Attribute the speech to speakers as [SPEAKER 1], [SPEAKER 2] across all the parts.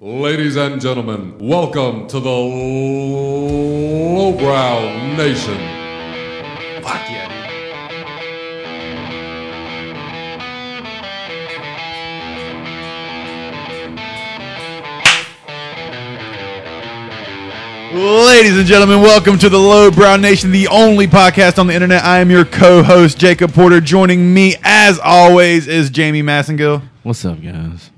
[SPEAKER 1] Ladies and gentlemen, welcome to the Lowbrow Nation. Fuck yeah.
[SPEAKER 2] Ladies and gentlemen, welcome to the Low Brown Nation, the only podcast on the internet. I am your co-host Jacob Porter. Joining me, as always, is Jamie Massengill,
[SPEAKER 3] What's up, guys?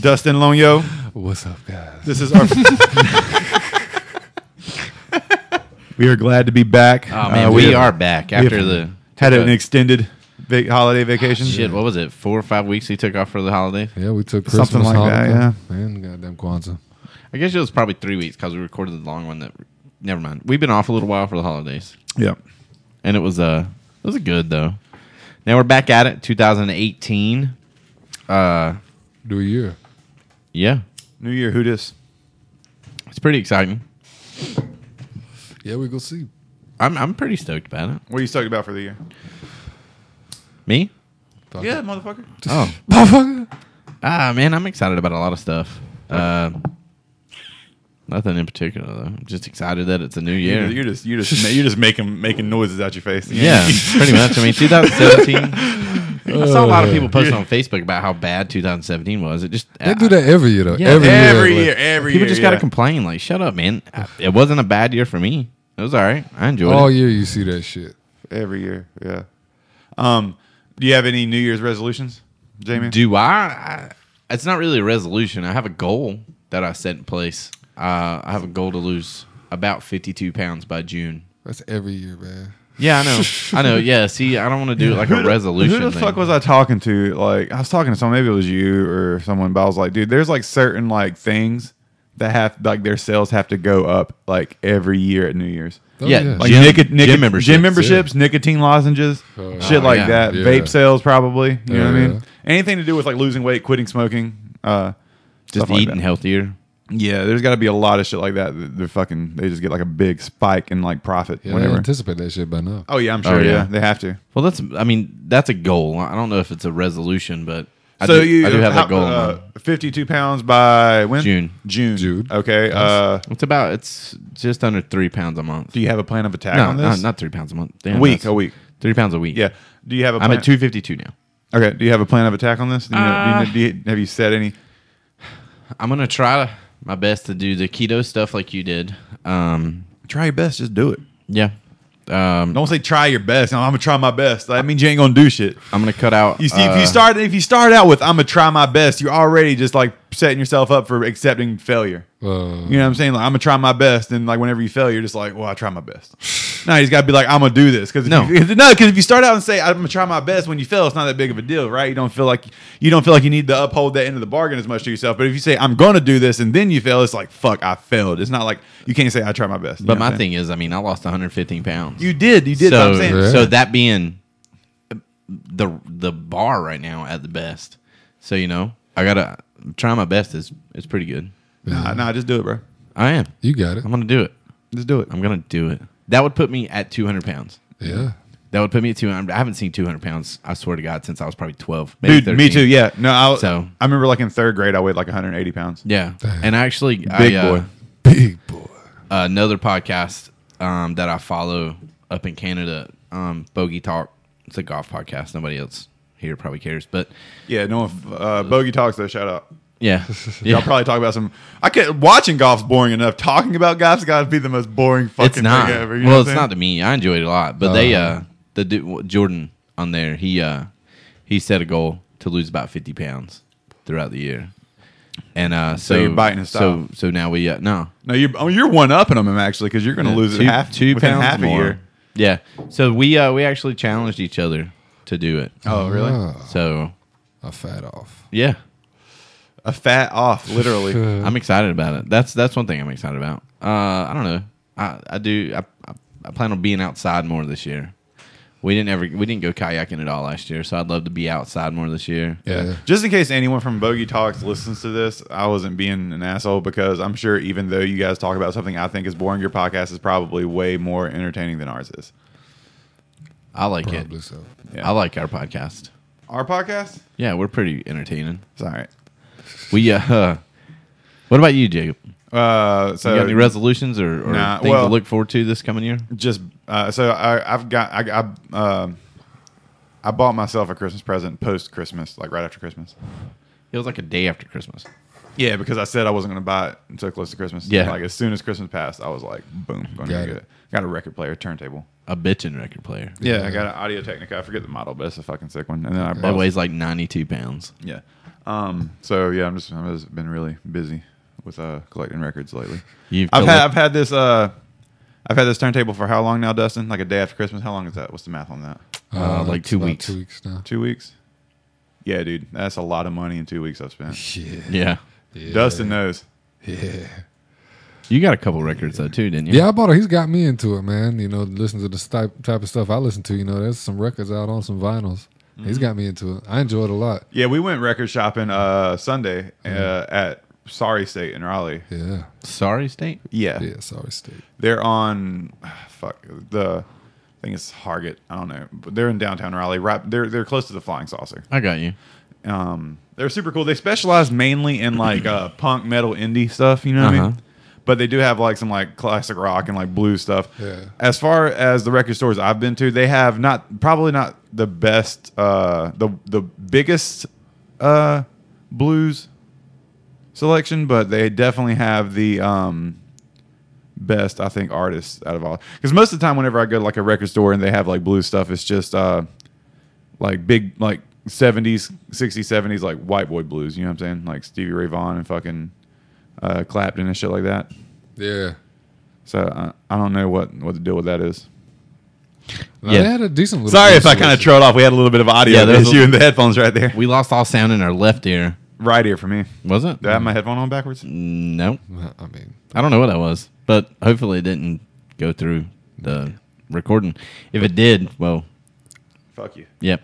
[SPEAKER 2] Dustin Lonyo.
[SPEAKER 1] What's up, guys?
[SPEAKER 2] This is our. we are glad to be back.
[SPEAKER 3] Oh man,
[SPEAKER 2] Uh,
[SPEAKER 3] we,
[SPEAKER 2] have-
[SPEAKER 3] are back
[SPEAKER 2] we
[SPEAKER 3] after
[SPEAKER 2] have
[SPEAKER 3] the
[SPEAKER 2] had an extended va- holiday vacation.
[SPEAKER 3] shit. What was it? Four or five weeks he took off for the holiday.
[SPEAKER 1] Yeah, we took Christmas
[SPEAKER 2] Something like that,
[SPEAKER 1] Hanukkah, and goddamn Kwanzaa.
[SPEAKER 3] I guess it was probably three weeks because we recorded the long one. That never mind. We've been off a little while for the holidays,
[SPEAKER 2] Yeah.
[SPEAKER 3] and it was uh it was good though. Now we're back at it. 2018. Uh,
[SPEAKER 1] Do a year.
[SPEAKER 3] yeah,
[SPEAKER 2] New Year, who dis?
[SPEAKER 3] it's pretty exciting.
[SPEAKER 1] Yeah, we go see.
[SPEAKER 3] I'm I'm pretty stoked about it.
[SPEAKER 2] What are you talking about for the year?
[SPEAKER 3] Me?
[SPEAKER 1] Fuck
[SPEAKER 2] Yeah,
[SPEAKER 1] it.
[SPEAKER 2] motherfucker.
[SPEAKER 3] Oh
[SPEAKER 1] motherfucker.
[SPEAKER 3] ah man, I'm excited about a lot of stuff. Uh, nothing in particular though. I'm just excited that it's a new year.
[SPEAKER 2] You're, you're just you're just ma- you're just making making noises out your face.
[SPEAKER 3] Yeah, pretty much. I mean, 2017. I saw a lot of people posting on Facebook about how bad 2017 was. It just
[SPEAKER 1] They do that every year, though.
[SPEAKER 3] Yeah.
[SPEAKER 1] every,
[SPEAKER 2] Every
[SPEAKER 1] year.
[SPEAKER 2] year,
[SPEAKER 1] like,
[SPEAKER 2] every
[SPEAKER 3] People
[SPEAKER 2] year.
[SPEAKER 3] just gotta
[SPEAKER 2] yeah.
[SPEAKER 3] complain. Like, shut up, man. I- It wasn't a bad year for me. It was all right. I enjoyed
[SPEAKER 2] Oh,
[SPEAKER 1] All
[SPEAKER 3] it.
[SPEAKER 1] year you see that shit.
[SPEAKER 2] Every year, yeah. Um, do you have any New Year's resolutions, Jamie?
[SPEAKER 3] Do I, I? It's not really a resolution. I have a goal that I set in place. Uh, I have a goal to lose about 52 pounds by June.
[SPEAKER 1] That's every year, man.
[SPEAKER 3] Yeah, I know. I know. Yeah. See, I don't want to do it like
[SPEAKER 2] Who
[SPEAKER 3] a
[SPEAKER 2] the-
[SPEAKER 3] resolution.
[SPEAKER 2] Who the
[SPEAKER 3] thing.
[SPEAKER 2] fuck was I talking to? Like, I was talking to someone. Maybe it was you or someone. But I was like, dude, there's like certain like things that have like their sales have to go up like every year at New Year's.
[SPEAKER 1] Oh,
[SPEAKER 3] Yeah,
[SPEAKER 1] yeah.
[SPEAKER 2] Like
[SPEAKER 3] Gym-
[SPEAKER 2] nico- nico-
[SPEAKER 3] gym memberships,
[SPEAKER 2] gym memberships, nicotine lozenges,
[SPEAKER 1] Oh,
[SPEAKER 2] shit
[SPEAKER 3] yeah.
[SPEAKER 2] like
[SPEAKER 3] Yeah.
[SPEAKER 2] that.
[SPEAKER 1] Yeah.
[SPEAKER 2] Vape sales, probably. You know what I
[SPEAKER 1] Yeah.
[SPEAKER 2] mean? Anything to do with like losing weight, quitting smoking. Uh,
[SPEAKER 3] just
[SPEAKER 2] stuff like
[SPEAKER 3] eating
[SPEAKER 2] that.
[SPEAKER 3] healthier?
[SPEAKER 2] Yeah, there's got to be a lot of shit like that. that They're fucking. They just get like a big spike in like profit.
[SPEAKER 1] yeah I
[SPEAKER 2] whenever.
[SPEAKER 1] anticipate that shit by now.
[SPEAKER 2] oh yeah, I'm sure.
[SPEAKER 3] Oh,
[SPEAKER 2] yeah.
[SPEAKER 3] yeah.
[SPEAKER 2] they have to.
[SPEAKER 3] Well, that's. I mean, that's a goal. I don't know if it's a resolution, but I
[SPEAKER 2] so
[SPEAKER 3] do,
[SPEAKER 2] you
[SPEAKER 3] I do have
[SPEAKER 2] how-
[SPEAKER 3] that goal. in
[SPEAKER 2] Uh,
[SPEAKER 3] mind.
[SPEAKER 2] 52 pounds by when?
[SPEAKER 3] June.
[SPEAKER 2] June.
[SPEAKER 1] June.
[SPEAKER 2] Okay. Uh,
[SPEAKER 3] It's about. It's just under three pounds a month.
[SPEAKER 2] do you have a plan of attack
[SPEAKER 3] no,
[SPEAKER 2] on
[SPEAKER 3] no,
[SPEAKER 2] this?
[SPEAKER 3] not three pounds a month.
[SPEAKER 2] a
[SPEAKER 3] Damn,
[SPEAKER 2] week.
[SPEAKER 3] that's-
[SPEAKER 2] A week.
[SPEAKER 3] Three pounds a week.
[SPEAKER 2] Yeah. Do you have a?
[SPEAKER 3] I'm
[SPEAKER 2] Plan?
[SPEAKER 3] at two Uh, fifty two now.
[SPEAKER 2] Okay. Do you have a plan of attack on this? Do you know, do you, do you- have you set any?
[SPEAKER 3] I'm gonna try my best to do the keto stuff like you did. Um,
[SPEAKER 2] Try your best. Just do it.
[SPEAKER 3] yeah. Um,
[SPEAKER 2] Don't say try your best. No, I'm gonna try my best. That means you ain't gonna do shit.
[SPEAKER 3] I'm gonna cut out.
[SPEAKER 2] You see, if
[SPEAKER 3] uh,
[SPEAKER 2] you start if you start out with I'm gonna try my best, you're already just like setting yourself up for accepting failure.
[SPEAKER 1] Uh,
[SPEAKER 2] You know what I'm saying? Like I'm gonna try my best, and like whenever you fail, you're just like, well, I try my best. no, you just gotta be like, I'm gonna do this because
[SPEAKER 3] No.
[SPEAKER 2] no, because if you start out and say I'm gonna try my best, when you fail, it's not that big of a deal, right? You don't feel like you don't feel like you need to uphold that end of the bargain as much to yourself. But if you say I'm gonna do this and then you fail, it's like fuck, I failed. It's not like you can't say I try my best. You
[SPEAKER 3] but
[SPEAKER 2] know what
[SPEAKER 3] my
[SPEAKER 2] I'm saying?
[SPEAKER 3] thing is, I mean, I lost 115 pounds.
[SPEAKER 2] you did, you did.
[SPEAKER 3] so,
[SPEAKER 2] but I'm saying.
[SPEAKER 1] Yeah.
[SPEAKER 3] so that being the the bar right now at the best. So you know, I gotta try my best. Is it's pretty good.
[SPEAKER 2] Nah, nah, just do it, bro.
[SPEAKER 3] I am.
[SPEAKER 1] you got it.
[SPEAKER 3] I'm gonna do it.
[SPEAKER 2] Just do it.
[SPEAKER 3] I'm gonna do it. That would put me at 200 pounds.
[SPEAKER 1] Yeah.
[SPEAKER 3] That would put me at 200. I haven't seen 200 pounds. I swear to God, since I was probably 12. maybe
[SPEAKER 2] Dude, me
[SPEAKER 3] 13.
[SPEAKER 2] too. Yeah, no, I,
[SPEAKER 3] So-
[SPEAKER 2] I remember like in third grade, I weighed like 180 pounds.
[SPEAKER 3] Yeah, and I actually,
[SPEAKER 2] Big
[SPEAKER 3] I, uh,
[SPEAKER 2] boy.
[SPEAKER 1] Big boy.
[SPEAKER 3] another podcast um, that I follow up in Canada, um, Bogey Talk. It's a golf podcast. Nobody else here probably cares, but
[SPEAKER 2] Yeah, no, uh, bogey talks though. Shout out.
[SPEAKER 3] yeah, yeah.
[SPEAKER 2] Y'all probably talk about some. I can't. Watching golf's boring enough. Talking about golf's got to be the most boring fucking
[SPEAKER 3] it's not.
[SPEAKER 2] thing ever. you know
[SPEAKER 3] well,
[SPEAKER 2] what
[SPEAKER 3] it's
[SPEAKER 2] I'm
[SPEAKER 3] not to
[SPEAKER 2] saying?
[SPEAKER 3] me. I enjoyed it a lot, but they,
[SPEAKER 2] Uh-huh.
[SPEAKER 3] uh, the du- Jordan on there, he, uh, he set a goal to lose about 50 pounds throughout the year. And uh, so,
[SPEAKER 2] you're biting his
[SPEAKER 3] so, so now we, uh, no,
[SPEAKER 2] No, you're oh, you're one upping them actually because you're going to lose it
[SPEAKER 3] two,
[SPEAKER 2] half
[SPEAKER 3] two
[SPEAKER 2] within
[SPEAKER 3] pounds
[SPEAKER 2] half
[SPEAKER 3] more.
[SPEAKER 2] a year.
[SPEAKER 3] Yeah. So we, uh, we actually challenged each other to do it.
[SPEAKER 2] Oh, really?
[SPEAKER 1] Ah,
[SPEAKER 3] So
[SPEAKER 1] I fat off.
[SPEAKER 3] yeah,
[SPEAKER 2] A fat off, literally.
[SPEAKER 1] Uh-huh.
[SPEAKER 3] I'm excited about it. That's that's one thing I'm excited about. Uh, I don't know. I, I do. I, I, I plan on being outside more this year. We didn't ever. We didn't go kayaking at all last year, so I'd love to be outside more this year.
[SPEAKER 1] Yeah.
[SPEAKER 2] Just in case anyone from Bogey Talks listens to this, I wasn't being an asshole because I'm sure even though you guys talk about something I think is boring, your podcast is probably way more entertaining than ours is.
[SPEAKER 3] I like
[SPEAKER 1] Probably
[SPEAKER 3] it.
[SPEAKER 1] so.
[SPEAKER 2] Yeah.
[SPEAKER 3] I like our podcast.
[SPEAKER 2] Our podcast?
[SPEAKER 3] Yeah, we're pretty entertaining.
[SPEAKER 2] It's all right.
[SPEAKER 3] We uh, What about you, Jacob?
[SPEAKER 2] Uh, so
[SPEAKER 3] you got any resolutions or, or
[SPEAKER 2] Nah,
[SPEAKER 3] things
[SPEAKER 2] well-
[SPEAKER 3] to look forward to this coming year?
[SPEAKER 2] just uh, so I, I've got I I, um, I bought myself a Christmas present post Christmas, like right after Christmas.
[SPEAKER 3] It was like a day after Christmas.
[SPEAKER 2] Yeah, because I said I wasn't going to buy it until close to Christmas.
[SPEAKER 3] Yeah.
[SPEAKER 2] like as soon as Christmas passed, I was like, boom, going to
[SPEAKER 1] Got
[SPEAKER 2] get
[SPEAKER 1] it.
[SPEAKER 2] it. Got a record player, turntable.
[SPEAKER 3] A bitchin' record player.
[SPEAKER 2] Yeah, I got an Audio Technica. I forget the model, but it's a fucking sick one. And then I
[SPEAKER 3] That
[SPEAKER 2] bought
[SPEAKER 3] weighs like 92 pounds.
[SPEAKER 2] yeah. Um. So yeah, I'm just I've just been really busy with uh collecting records lately.
[SPEAKER 3] You've
[SPEAKER 2] I've had
[SPEAKER 3] collect-
[SPEAKER 2] I've had this uh. I've had this turntable for how long now, Dustin? Like a day after Christmas? How long is that? What's the math on that?
[SPEAKER 3] Uh, like
[SPEAKER 1] it's
[SPEAKER 3] two
[SPEAKER 1] about
[SPEAKER 3] weeks.
[SPEAKER 1] Two weeks now.
[SPEAKER 2] Two weeks? Yeah, dude. That's a lot of money in two weeks I've spent.
[SPEAKER 1] Shit.
[SPEAKER 3] Yeah.
[SPEAKER 1] Yeah.
[SPEAKER 2] Dustin knows.
[SPEAKER 1] Yeah.
[SPEAKER 3] You got a couple records though too, didn't you?
[SPEAKER 1] Yeah, I bought it. He's got me into it, man. You know, listen to the type type of stuff I listen to. You know, there's some records out on some vinyls. He's
[SPEAKER 2] Mm-hmm.
[SPEAKER 1] got me into it. I enjoy it a lot.
[SPEAKER 2] Yeah, we went record shopping uh Sunday uh, at Sorry State in Raleigh.
[SPEAKER 1] Yeah.
[SPEAKER 3] Sorry, State.
[SPEAKER 2] Yeah.
[SPEAKER 1] Yeah. Sorry, State.
[SPEAKER 2] They're on ah, fuck the I think it's Hargett. I don't know. But they're in downtown Raleigh. Right they're they're close to the flying saucer.
[SPEAKER 3] I got you.
[SPEAKER 2] um, they're super cool. They specialize mainly in like uh, punk, metal, indie stuff. You know what I
[SPEAKER 3] Uh-huh.
[SPEAKER 2] mean? But they do have like some like classic rock and like blues stuff.
[SPEAKER 1] Yeah.
[SPEAKER 2] As far as the record stores I've been to, they have not probably not the best, uh, the the biggest uh, blues selection, but they definitely have the um, best I think artists out of all. Because most of the time, whenever I go to like a record store and they have like blues stuff, it's just uh, like big like 70s 60s 70s like white boy blues you know what i'm saying like stevie ray vaughan and fucking uh clapton and shit like that
[SPEAKER 1] Yeah.
[SPEAKER 2] so i, I don't know what what the deal with that is
[SPEAKER 1] Now,
[SPEAKER 3] Yeah.
[SPEAKER 1] They had a decent. Little
[SPEAKER 2] sorry if i kind of
[SPEAKER 1] selection.
[SPEAKER 2] trailed off we had a little bit of audio
[SPEAKER 3] Yeah, there was
[SPEAKER 2] issue
[SPEAKER 3] a-
[SPEAKER 2] in the headphones right there
[SPEAKER 3] We lost all sound in our left ear.
[SPEAKER 2] right here for me
[SPEAKER 3] Was it?
[SPEAKER 2] did i have my headphone on backwards
[SPEAKER 3] Mm. No.
[SPEAKER 1] Well, I mean,
[SPEAKER 3] I don't know what that was, but hopefully it didn't go through the recording. If it did, well,
[SPEAKER 2] fuck you
[SPEAKER 3] yep.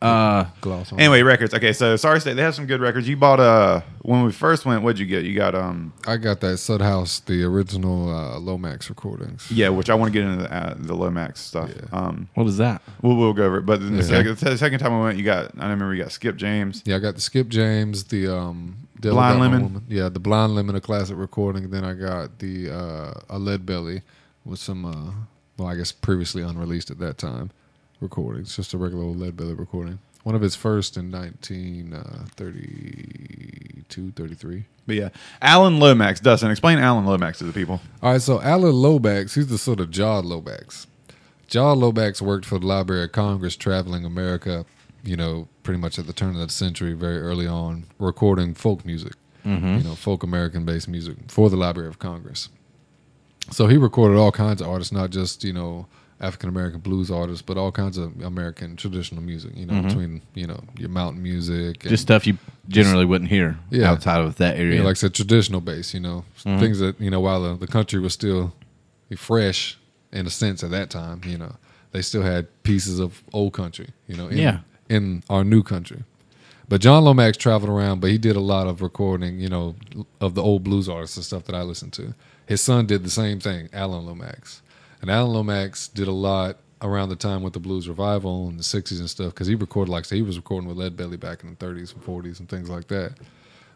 [SPEAKER 3] Uh,
[SPEAKER 1] gloss on.
[SPEAKER 2] anyway records okay so sorry state they have some good records you bought uh when we first went what'd you get you got um
[SPEAKER 1] I got that Sud House, the original uh, Lomax recordings.
[SPEAKER 2] yeah which i want to get into the, uh, the lomax stuff
[SPEAKER 1] Yeah.
[SPEAKER 2] um
[SPEAKER 3] what is that?
[SPEAKER 2] we'll, we'll go over it but then the,
[SPEAKER 1] Yeah.
[SPEAKER 2] second, the second time we went you got i remember you got skip james
[SPEAKER 1] Yeah, I got the Skip James, the um, Devil
[SPEAKER 2] Blind
[SPEAKER 1] Got My
[SPEAKER 2] Lemon?
[SPEAKER 1] Woman. Yeah, the Blind Lemon, a classic recording. Then I got the uh, a Lead Belly with some, uh, well, I guess previously unreleased at that time, recordings. Just a regular old Lead Belly recording. One of his first in uh, 1932, 33.
[SPEAKER 2] But yeah, Alan Lomax. Dustin, explain Alan Lomax to the people.
[SPEAKER 1] All right, so Alan Lobax, he's the sort of John Lobax. John Lobax worked for the Library of Congress, traveling America, you know, pretty much at the turn of the century, very early on, recording folk music, you know, folk American based music for the Library of Congress. So he recorded all kinds of artists, not just, you know, African American blues artists, but all kinds of American traditional music, you know, between, you know, your mountain music and
[SPEAKER 3] Just stuff you generally wouldn't hear
[SPEAKER 1] Yeah.
[SPEAKER 3] outside of that area.
[SPEAKER 1] yeah, like I said, traditional bass, you know, things that, you know, while the, the country was still fresh in a sense at that time, you know, they still had pieces of old country, you know, in,
[SPEAKER 3] Yeah.
[SPEAKER 1] in our new country. But John Lomax traveled around, but he did a lot of recording, you know, of the old blues artists and stuff that I listened to. His son did the same thing, Alan Lomax. And Alan Lomax did a lot around the time with the blues revival in the 60s and stuff because he recorded, like I said, he was recording with Lead Belly back in the 30s and 40s and things like that.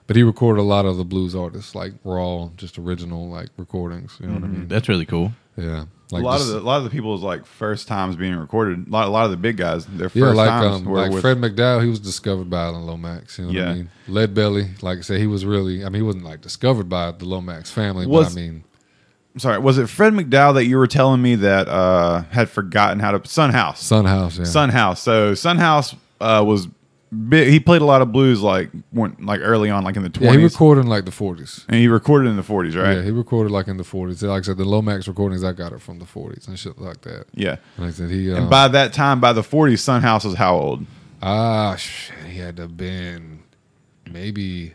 [SPEAKER 1] But he recorded a lot of the blues artists, like raw, just original, like recordings. You know what I mean?
[SPEAKER 3] That's really cool.
[SPEAKER 1] Yeah.
[SPEAKER 2] A
[SPEAKER 1] Like
[SPEAKER 2] lot
[SPEAKER 1] just-
[SPEAKER 2] of the a lot of the people's like first times being recorded. A lot, a lot of the big guys, their first
[SPEAKER 1] Yeah, like
[SPEAKER 2] times
[SPEAKER 1] um,
[SPEAKER 2] were
[SPEAKER 1] like
[SPEAKER 2] with.
[SPEAKER 1] Fred McDowell, he was discovered by Alan Lomax. You know what
[SPEAKER 2] Yeah.
[SPEAKER 1] I mean? Lead Belly, like I said, he was really. I mean, he wasn't like discovered by the Lomax family,
[SPEAKER 2] Was-
[SPEAKER 1] but I mean,
[SPEAKER 2] sorry, was it Fred McDowell that you were telling me that uh, had forgotten how to Sunhouse?
[SPEAKER 1] Sunhouse. Yeah.
[SPEAKER 2] Sunhouse. So Sunhouse uh, was big, he played a lot of blues like when, like early on, like in the
[SPEAKER 1] yeah, he
[SPEAKER 2] twenties,
[SPEAKER 1] recorded in like the forties.
[SPEAKER 2] and he recorded in the forties, right?
[SPEAKER 1] Yeah, he recorded like in the forties. Like I said, the Lomax recordings I got are from the forties and shit like that.
[SPEAKER 2] yeah.
[SPEAKER 1] Like I said, he um,
[SPEAKER 2] And by that time, by the forties, Sunhouse was how old?
[SPEAKER 1] ah shit, he had to have been maybe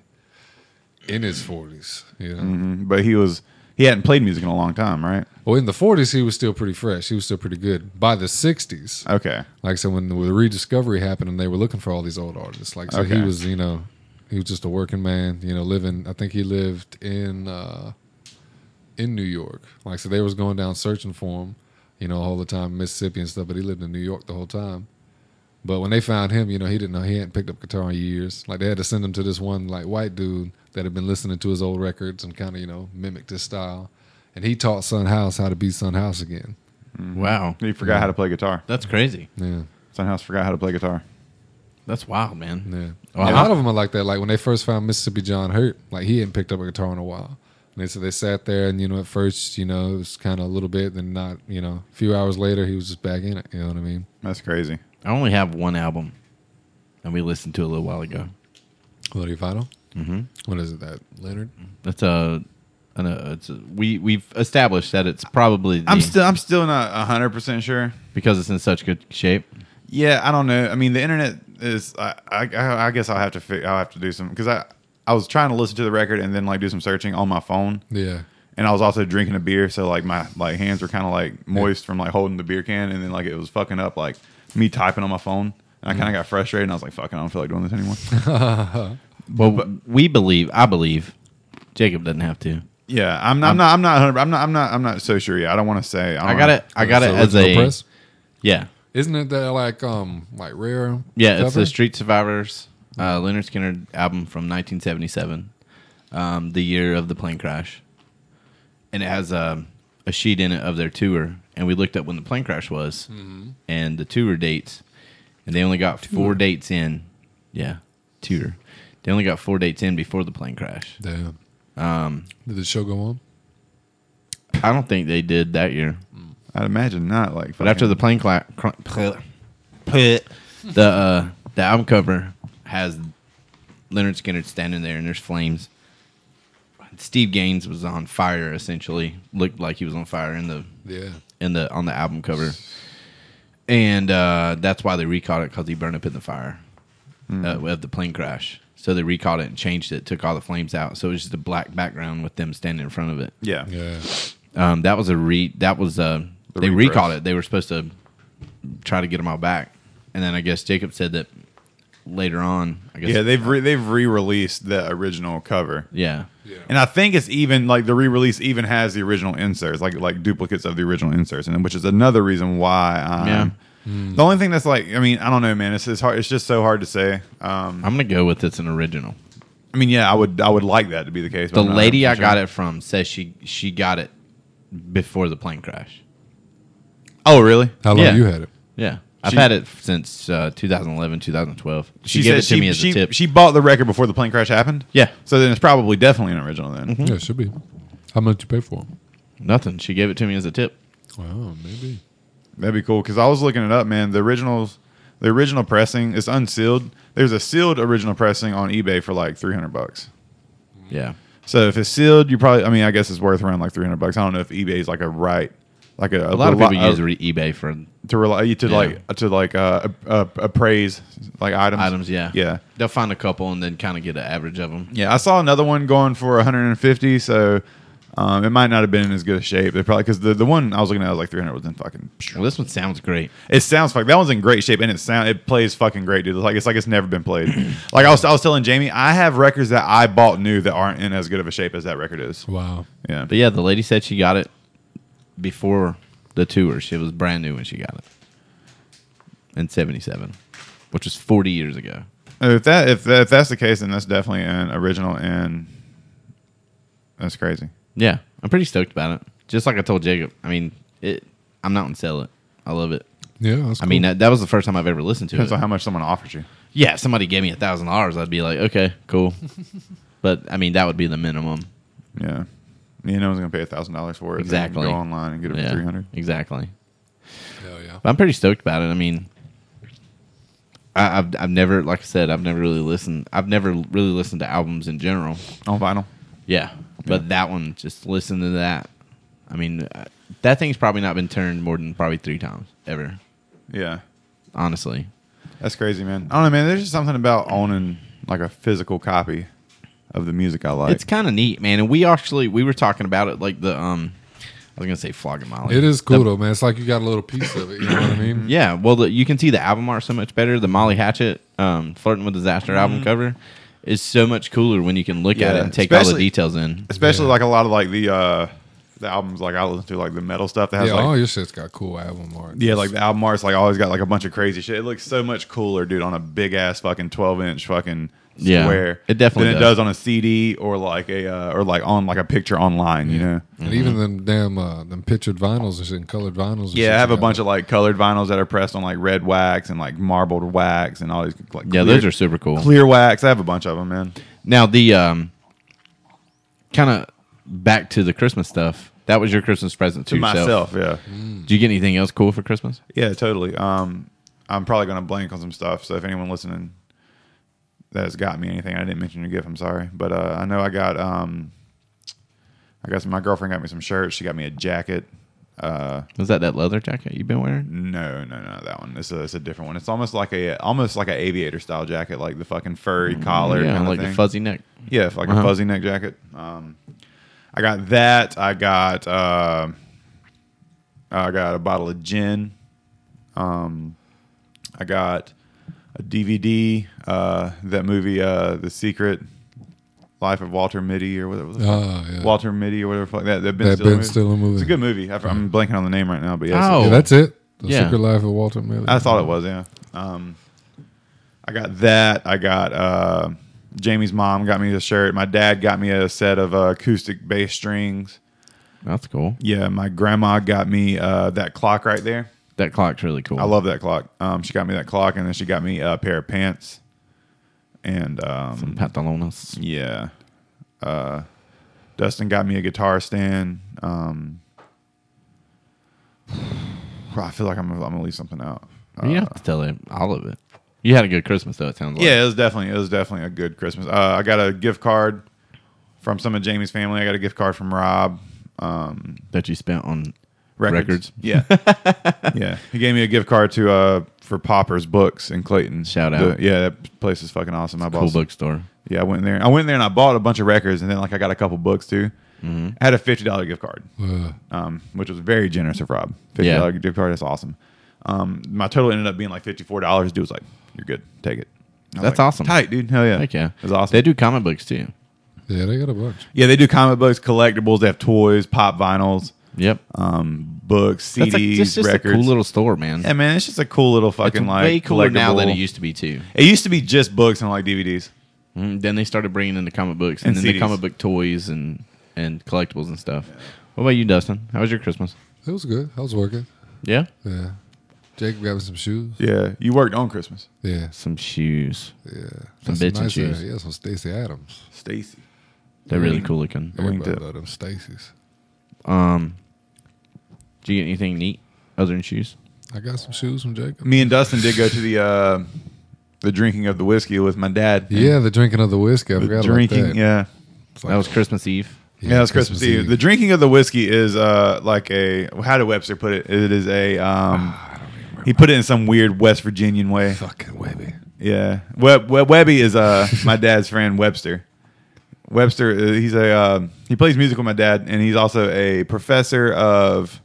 [SPEAKER 1] in his forties. You know.
[SPEAKER 2] Mhm. But he was he hadn't played music in a long time, right?
[SPEAKER 1] Well, in the forties, he was still pretty fresh. He was still pretty good. By the sixties,
[SPEAKER 2] Okay.
[SPEAKER 1] like I said, when the rediscovery happened and they were looking for all these old artists, like so
[SPEAKER 2] Okay.
[SPEAKER 1] he was, you know, he was just a working man, you know, living. I think he lived in uh, in New York. Like so, they was going down searching for him, you know, all the time, Mississippi and stuff. But he lived in New York the whole time. But when they found him, you know, he didn't know he hadn't picked up guitar in years. Like they had to send him to this one like white dude that had been listening to his old records and kind of you know mimicked his style, and he taught Son House how to be Son House again. Mm-hmm.
[SPEAKER 3] Wow,
[SPEAKER 2] He forgot how to play guitar.
[SPEAKER 3] that's crazy.
[SPEAKER 1] Yeah,
[SPEAKER 2] Sunhouse forgot how to play guitar.
[SPEAKER 3] That's wild, man.
[SPEAKER 1] yeah.
[SPEAKER 3] Wow.
[SPEAKER 1] A lot of them are like that. Like when they first found Mississippi John Hurt, like he hadn't picked up a guitar in a while. And they said they sat there and you know at first you know it was kind of a little bit, then not you know a few hours later he was just back in it. You know what I mean?
[SPEAKER 2] That's crazy.
[SPEAKER 3] I only have one album, and we listened to it a little while ago.
[SPEAKER 1] What you final? Mm-hmm. What is it that Leonard?
[SPEAKER 3] That's a, I know it's a, we we've established that it's probably the,
[SPEAKER 2] I'm still I'm still not hundred percent sure.
[SPEAKER 3] because it's in such good shape.
[SPEAKER 2] Yeah, I don't know. I mean, the internet is. I I, I guess I'll have to fi- I'll have to do some because I I was trying to listen to the record and then like do some searching on my phone,
[SPEAKER 1] Yeah.
[SPEAKER 2] and I was also drinking a beer, so like my like hands were kind of like moist from like holding the beer can, and then like it was fucking up like me typing on my phone, and I
[SPEAKER 3] Mm-hmm.
[SPEAKER 2] kind of got frustrated, and I was like, "Fucking, I don't feel like doing this anymore."
[SPEAKER 3] Well, we believe. I believe. Jacob doesn't have to.
[SPEAKER 2] yeah, I'm not. I'm not. I'm not. 100 I'm not. I'm not. I'm not so sure yet. I don't want to say.
[SPEAKER 3] I got it. I got it
[SPEAKER 1] So
[SPEAKER 3] as
[SPEAKER 1] original
[SPEAKER 3] a
[SPEAKER 1] press?
[SPEAKER 3] yeah,
[SPEAKER 1] Isn't it that like um like rare?
[SPEAKER 3] yeah. It's
[SPEAKER 1] cover?
[SPEAKER 3] the Street Survivors uh, Leonard Skinner album from 1977, um, the year of the plane crash, and it has a a sheet in it of their tour. And we looked up when the plane crash was and the tour dates, and they only got four dates in. Yeah, tour. They only got four dates in before the plane crash.
[SPEAKER 1] Damn. Um, did the show go on?
[SPEAKER 3] I don't think they did that year.
[SPEAKER 2] I'd imagine not. Like,
[SPEAKER 3] But after the plane cla- cr- pl- pl- the uh, the album cover has Leonard Skinner standing there, and there's flames. Steve Gaines was on fire, essentially looked like he was on fire in the
[SPEAKER 1] Yeah.
[SPEAKER 3] in the on the album cover, and uh, that's why they recaught it because he burned up in the fire uh, of the plane crash. So they recaught it and changed it, took all the flames out. So it was just a black background with them standing in front of it.
[SPEAKER 2] yeah,
[SPEAKER 1] Yeah.
[SPEAKER 3] Um, that was a re. That was uh,
[SPEAKER 2] The
[SPEAKER 3] they
[SPEAKER 2] repress.
[SPEAKER 3] recalled it. They were supposed to try to get them all back, and then I guess Jacob said that later on. I guess
[SPEAKER 2] yeah, they've re- they've re-released the original cover.
[SPEAKER 3] yeah.
[SPEAKER 2] And I think it's even like the re-release even has the original inserts, like like duplicates of the original inserts, and which is another reason why. Um,
[SPEAKER 3] Yeah.
[SPEAKER 2] The only thing that's like, I mean, I don't know, man. It's, it's hard. It's just so hard to say. Um,
[SPEAKER 3] I'm gonna go with it's an original.
[SPEAKER 2] I mean, yeah, I would I would like that to be the case.
[SPEAKER 3] The lady I got it from says she she got it before the plane crash.
[SPEAKER 2] Oh, really?
[SPEAKER 1] How long
[SPEAKER 3] Yeah.
[SPEAKER 1] you had it?
[SPEAKER 3] Yeah, I've
[SPEAKER 2] She-
[SPEAKER 3] had it since uh, 2011, 2012. She, gave it to
[SPEAKER 2] she,
[SPEAKER 3] me as
[SPEAKER 2] she,
[SPEAKER 3] a tip.
[SPEAKER 2] she bought the record before the plane crash happened.
[SPEAKER 3] yeah, Mm-hmm.
[SPEAKER 2] So then it's probably definitely an original then.
[SPEAKER 3] Hmm?
[SPEAKER 1] Yeah, it should be. How much you pay for it?
[SPEAKER 3] nothing. She gave it to me as a tip.
[SPEAKER 1] Wow, maybe.
[SPEAKER 2] That'd be cool because I was looking it up, man. The originals, the original pressing is unsealed. There's a sealed original pressing on eBay for like three hundred bucks. Mm-hmm.
[SPEAKER 3] Yeah,
[SPEAKER 2] So if it's sealed, you probably. I mean, I guess it's worth around like three hundred bucks. I don't know if eBay is like a right, like a,
[SPEAKER 3] a lot of
[SPEAKER 2] reli-
[SPEAKER 3] people use
[SPEAKER 2] uh,
[SPEAKER 3] re- eBay for
[SPEAKER 2] to rely to
[SPEAKER 3] Yeah.
[SPEAKER 2] like to like uh, uh, appraise like items.
[SPEAKER 3] items. Yeah,
[SPEAKER 2] Yeah.
[SPEAKER 3] They'll find a couple and then kind of get an average of them.
[SPEAKER 2] Yeah, I saw another one going for 150, so um, it might not have been in as good a shape. They probably because the, the one I was looking at was like 300 was in fucking.
[SPEAKER 3] Well, this one sounds great.
[SPEAKER 2] It sounds like that one's in great shape and it sound it plays fucking great, dude. It's like it's like it's never been played. like I was I was telling Jamie, I have records that I bought new that aren't in as good of a shape as that record is.
[SPEAKER 1] Wow.
[SPEAKER 2] Yeah,
[SPEAKER 3] But yeah, the lady said she got it before the tour. She was brand new when she got it in '77, which was 40 years ago.
[SPEAKER 2] if that if that, if that's the case, then that's definitely an original and that's crazy.
[SPEAKER 3] Yeah, I'm pretty stoked about it. Just like I told Jacob, I mean, it. I'm not gonna sell it. I love it.
[SPEAKER 1] Yeah, that's
[SPEAKER 3] I mean,
[SPEAKER 1] cool.
[SPEAKER 3] that, that was the first time I've ever listened to
[SPEAKER 2] Depends on
[SPEAKER 3] it.
[SPEAKER 2] how much someone offers you.
[SPEAKER 3] Yeah, if somebody gave me a thousand dollars, I'd be like, okay, cool. but I mean, that would be the minimum.
[SPEAKER 2] Yeah, you know, one's gonna pay a thousand dollars for it. then
[SPEAKER 3] Exactly.
[SPEAKER 2] Go online and get it for
[SPEAKER 3] Yeah,
[SPEAKER 2] 300.
[SPEAKER 3] exactly.
[SPEAKER 1] Hell yeah.
[SPEAKER 3] But I'm pretty stoked about it. I mean, I, I've I've never, like I said, I've never really listened. I've never really listened to albums in general.
[SPEAKER 2] on vinyl.
[SPEAKER 3] Yeah, but that one, just listen to that. I mean, uh, that thing's probably not been turned more than probably three times ever.
[SPEAKER 2] Yeah,
[SPEAKER 3] Honestly,
[SPEAKER 2] that's crazy, man. I don't know, man. There's just something about owning like a physical copy of the music I like.
[SPEAKER 3] it's kind of neat, man. And we actually we were talking about it like the um, I was gonna say flogging Molly.
[SPEAKER 1] It is cool
[SPEAKER 3] The-
[SPEAKER 1] though, man. It's like you got a little piece of it. You know what I mean?
[SPEAKER 3] Yeah, well, the, you can see the album art so much better. The Molly Hatchet, um, flirting with disaster album cover, is so much cooler when you can look at
[SPEAKER 2] Yeah,
[SPEAKER 3] it and take all the
[SPEAKER 2] especially-
[SPEAKER 3] details in.
[SPEAKER 2] Especially
[SPEAKER 1] Yeah.
[SPEAKER 2] like a lot of like the uh the albums like I listen to like the metal stuff that has
[SPEAKER 1] Yeah, oh,
[SPEAKER 2] like
[SPEAKER 1] all your shit's got cool album art.
[SPEAKER 2] yeah, like the album art's like always got like a bunch of crazy shit. It looks so much cooler, dude, on a big ass fucking twelve inch fucking
[SPEAKER 3] Yeah,
[SPEAKER 2] square.
[SPEAKER 3] it definitely
[SPEAKER 2] than it
[SPEAKER 3] does.
[SPEAKER 2] does on a CD or like a uh, or like on like a picture online. You know.
[SPEAKER 1] and
[SPEAKER 3] Mm-hmm.
[SPEAKER 1] even them damn uh, them pictured vinyls and shit, and colored vinyls. And
[SPEAKER 2] Yeah, I have a bunch of like colored vinyls that are pressed on like red wax and like marbled wax and all these like
[SPEAKER 3] Yeah,
[SPEAKER 2] clear-
[SPEAKER 3] those are super cool.
[SPEAKER 2] clear wax. I have a bunch of them, man.
[SPEAKER 3] Now the um, kind of back to the Christmas stuff. That was your Christmas present to,
[SPEAKER 2] To
[SPEAKER 3] yourself.
[SPEAKER 2] myself, yeah.
[SPEAKER 3] Did you get anything else cool for Christmas?
[SPEAKER 2] Yeah, totally. Um, I'm probably going to blank on some stuff. So if anyone listening that has got me anything I didn't mention your gift, I'm sorry. But uh, I know I got um, I guess my girlfriend got me some shirts. She got me a jacket. Uh,
[SPEAKER 3] Was that that leather jacket you've been wearing?
[SPEAKER 2] no, no, no, that one. It's a, it's a different one. It's almost like a almost like an aviator style jacket, like the fucking furry collar.
[SPEAKER 3] Mm, yeah,
[SPEAKER 2] kinda
[SPEAKER 3] like
[SPEAKER 2] thing.
[SPEAKER 3] the fuzzy neck.
[SPEAKER 2] Yeah, it's like a
[SPEAKER 3] Uh-huh.
[SPEAKER 2] fuzzy neck jacket. Um, I got that. I got uh, I got a bottle of gin. Um, I got a DVD. Uh, that movie, uh, The Secret Life of Walter Mitty, or whatever.
[SPEAKER 1] Oh, yeah.
[SPEAKER 2] Walter Mitty, or whatever. the Fuck that. That Ben,
[SPEAKER 1] That
[SPEAKER 2] Stiller,
[SPEAKER 1] Ben
[SPEAKER 2] movie.
[SPEAKER 1] Stiller movie.
[SPEAKER 2] It's a good movie. I, am blanking on the name right now, but yeah, it's a-
[SPEAKER 3] Oh.
[SPEAKER 1] Yeah, that's it. The
[SPEAKER 3] Yeah.
[SPEAKER 1] Secret Life of Walter Miller.
[SPEAKER 2] I thought it was, yeah. Um, I got that. I got uh, Jamie's mom got me a shirt. My dad got me a set of uh, acoustic bass strings.
[SPEAKER 3] That's cool.
[SPEAKER 2] Yeah, my grandma got me uh, that clock right there.
[SPEAKER 3] That clock's really cool.
[SPEAKER 2] I love that clock. Um, she got me that clock, and then she got me a pair of pants. And um,
[SPEAKER 3] pantalones.
[SPEAKER 2] yeah, uh, Dustin got me a guitar stand. Um, I feel like I'm, I'm gonna leave something out.
[SPEAKER 3] you don't have to tell him all of it. You had a good Christmas though. It sounds like.
[SPEAKER 2] Yeah, it was definitely it was definitely a good Christmas. Uh, I got a gift card from some of Jamie's family. I got a gift card from Rob. Um,
[SPEAKER 3] That you spent on
[SPEAKER 2] records. Yeah, yeah. He gave me a gift card to uh for Popper's Books in Clayton.
[SPEAKER 3] Shout out.
[SPEAKER 2] The- yeah, that place is fucking awesome. I bought.
[SPEAKER 3] cool
[SPEAKER 2] some-
[SPEAKER 3] bookstore.
[SPEAKER 2] Yeah, I went in there. I went in there and I bought a bunch of records, and then like I got a couple books too.
[SPEAKER 3] Mm-hmm.
[SPEAKER 2] I had a fifty dollar gift card
[SPEAKER 1] Uh,
[SPEAKER 2] um, which was very generous of Rob. Fifty
[SPEAKER 3] Yeah.
[SPEAKER 2] dollar gift card, that's awesome. Um, my total ended up being like fifty four dollars. Dude was like, "You're good, take it." I was
[SPEAKER 3] That's
[SPEAKER 2] like,
[SPEAKER 3] awesome.
[SPEAKER 2] tight dude. Hell yeah,
[SPEAKER 3] Heck yeah,
[SPEAKER 2] it's awesome.
[SPEAKER 3] They do comic books too.
[SPEAKER 1] yeah, they got a bunch.
[SPEAKER 2] yeah, they do comic books, collectibles. They have toys, pop vinyls,
[SPEAKER 3] Yep.
[SPEAKER 2] um, books, CDs,
[SPEAKER 3] That's a- it's just a
[SPEAKER 2] records.
[SPEAKER 3] cool little store, man.
[SPEAKER 2] yeah, man, it's just a cool little
[SPEAKER 3] it's
[SPEAKER 2] fucking like
[SPEAKER 3] way cooler now than
[SPEAKER 2] collectible-
[SPEAKER 3] it used to be too.
[SPEAKER 2] It used to be just books and like DVDs.
[SPEAKER 3] Mm, Then they started bringing in the comic books and, then
[SPEAKER 2] And
[SPEAKER 3] the
[SPEAKER 2] CDs.
[SPEAKER 3] comic book toys and and collectibles and stuff. What about you, Dustin? How was your Christmas?
[SPEAKER 1] It was good. I was working.
[SPEAKER 3] Yeah,
[SPEAKER 1] Yeah. Jacob got me some shoes.
[SPEAKER 2] Yeah, you worked on Christmas,
[SPEAKER 1] Yeah.
[SPEAKER 3] some shoes.
[SPEAKER 1] Yeah.
[SPEAKER 3] Some
[SPEAKER 1] Got
[SPEAKER 3] bitchin'
[SPEAKER 1] uh,
[SPEAKER 3] shoes.
[SPEAKER 1] Yeah, some Stacy Adams.
[SPEAKER 2] Stacy.
[SPEAKER 3] They're really
[SPEAKER 2] Green.
[SPEAKER 3] cool looking.
[SPEAKER 2] Green
[SPEAKER 1] Everybody
[SPEAKER 2] tip.
[SPEAKER 1] love them Stacy's.
[SPEAKER 3] Um, do you get anything neat other than shoes?
[SPEAKER 1] I got some shoes from Jacob.
[SPEAKER 2] Me and Dustin did go to the uh, the drinking of the whiskey with my dad.
[SPEAKER 1] Yeah, the drinking of the whiskey. I forgot
[SPEAKER 2] drinking.
[SPEAKER 1] about that.
[SPEAKER 2] Yeah.
[SPEAKER 1] It's
[SPEAKER 3] That was Christmas Eve.
[SPEAKER 2] Yeah, that's Christmas, Eve. The drinking of the whiskey is uh like a how did Webster put it? It is a um
[SPEAKER 1] Ah,
[SPEAKER 2] he put it in some weird West Virginian way.
[SPEAKER 1] fucking Webby.
[SPEAKER 2] Yeah, Web, Web, Webby is uh my dad's friend Webster. Webster, uh, he's a um he plays music with my dad, and he's also a professor of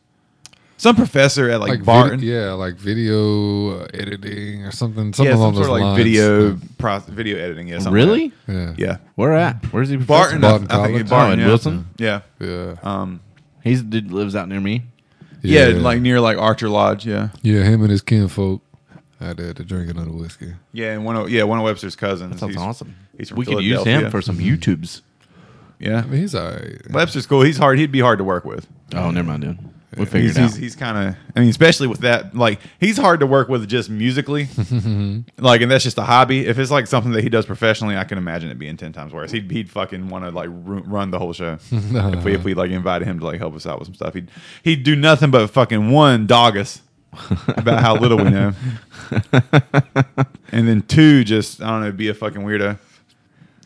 [SPEAKER 2] some professor at like,
[SPEAKER 1] Like
[SPEAKER 2] Barton.
[SPEAKER 1] vid- yeah, like video uh, editing or something. Something
[SPEAKER 2] yeah,
[SPEAKER 1] along
[SPEAKER 2] some sort of
[SPEAKER 1] those
[SPEAKER 2] like
[SPEAKER 1] lines.
[SPEAKER 2] video pro- video editing. Yeah, something like
[SPEAKER 3] Really?
[SPEAKER 1] Yeah.
[SPEAKER 2] that. Yeah,
[SPEAKER 3] Where at? Where's he?
[SPEAKER 2] Barton.
[SPEAKER 3] professor?
[SPEAKER 1] Barton
[SPEAKER 2] I, I think
[SPEAKER 1] College?
[SPEAKER 2] it's Barton.
[SPEAKER 3] Oh, in
[SPEAKER 2] yeah.
[SPEAKER 3] Wilson?
[SPEAKER 2] Yeah.
[SPEAKER 1] Yeah.
[SPEAKER 2] Um.
[SPEAKER 3] He's the dude that lives out near me.
[SPEAKER 2] Yeah, like near like Archer Lodge. Yeah.
[SPEAKER 1] Yeah, him and his kinfolk out there to drinking of the whiskey.
[SPEAKER 2] Yeah, and one of yeah one of Webster's cousins.
[SPEAKER 3] That sounds
[SPEAKER 2] He's-
[SPEAKER 3] awesome.
[SPEAKER 2] he's from
[SPEAKER 3] we could use him
[SPEAKER 2] Philadelphia.
[SPEAKER 3] for some YouTubes.
[SPEAKER 1] I
[SPEAKER 2] Yeah,
[SPEAKER 1] mean, he's all right.
[SPEAKER 2] Webster's cool. He's hard. He'd be hard to work with.
[SPEAKER 3] Oh, never mind, dude. We'll figure
[SPEAKER 2] He's
[SPEAKER 3] it out.
[SPEAKER 2] he's, he's kind of. I mean, especially with that. Like he's hard to work with just musically. like, and that's just a hobby. If it's like something that he does professionally, I can imagine it being ten times worse. He'd he'd fucking want to like ru- run the whole show. if we if we like invited him to like help us out with some stuff, he'd he'd do nothing but fucking one dog us about how little we know, and then two just I don't know be a fucking weirdo.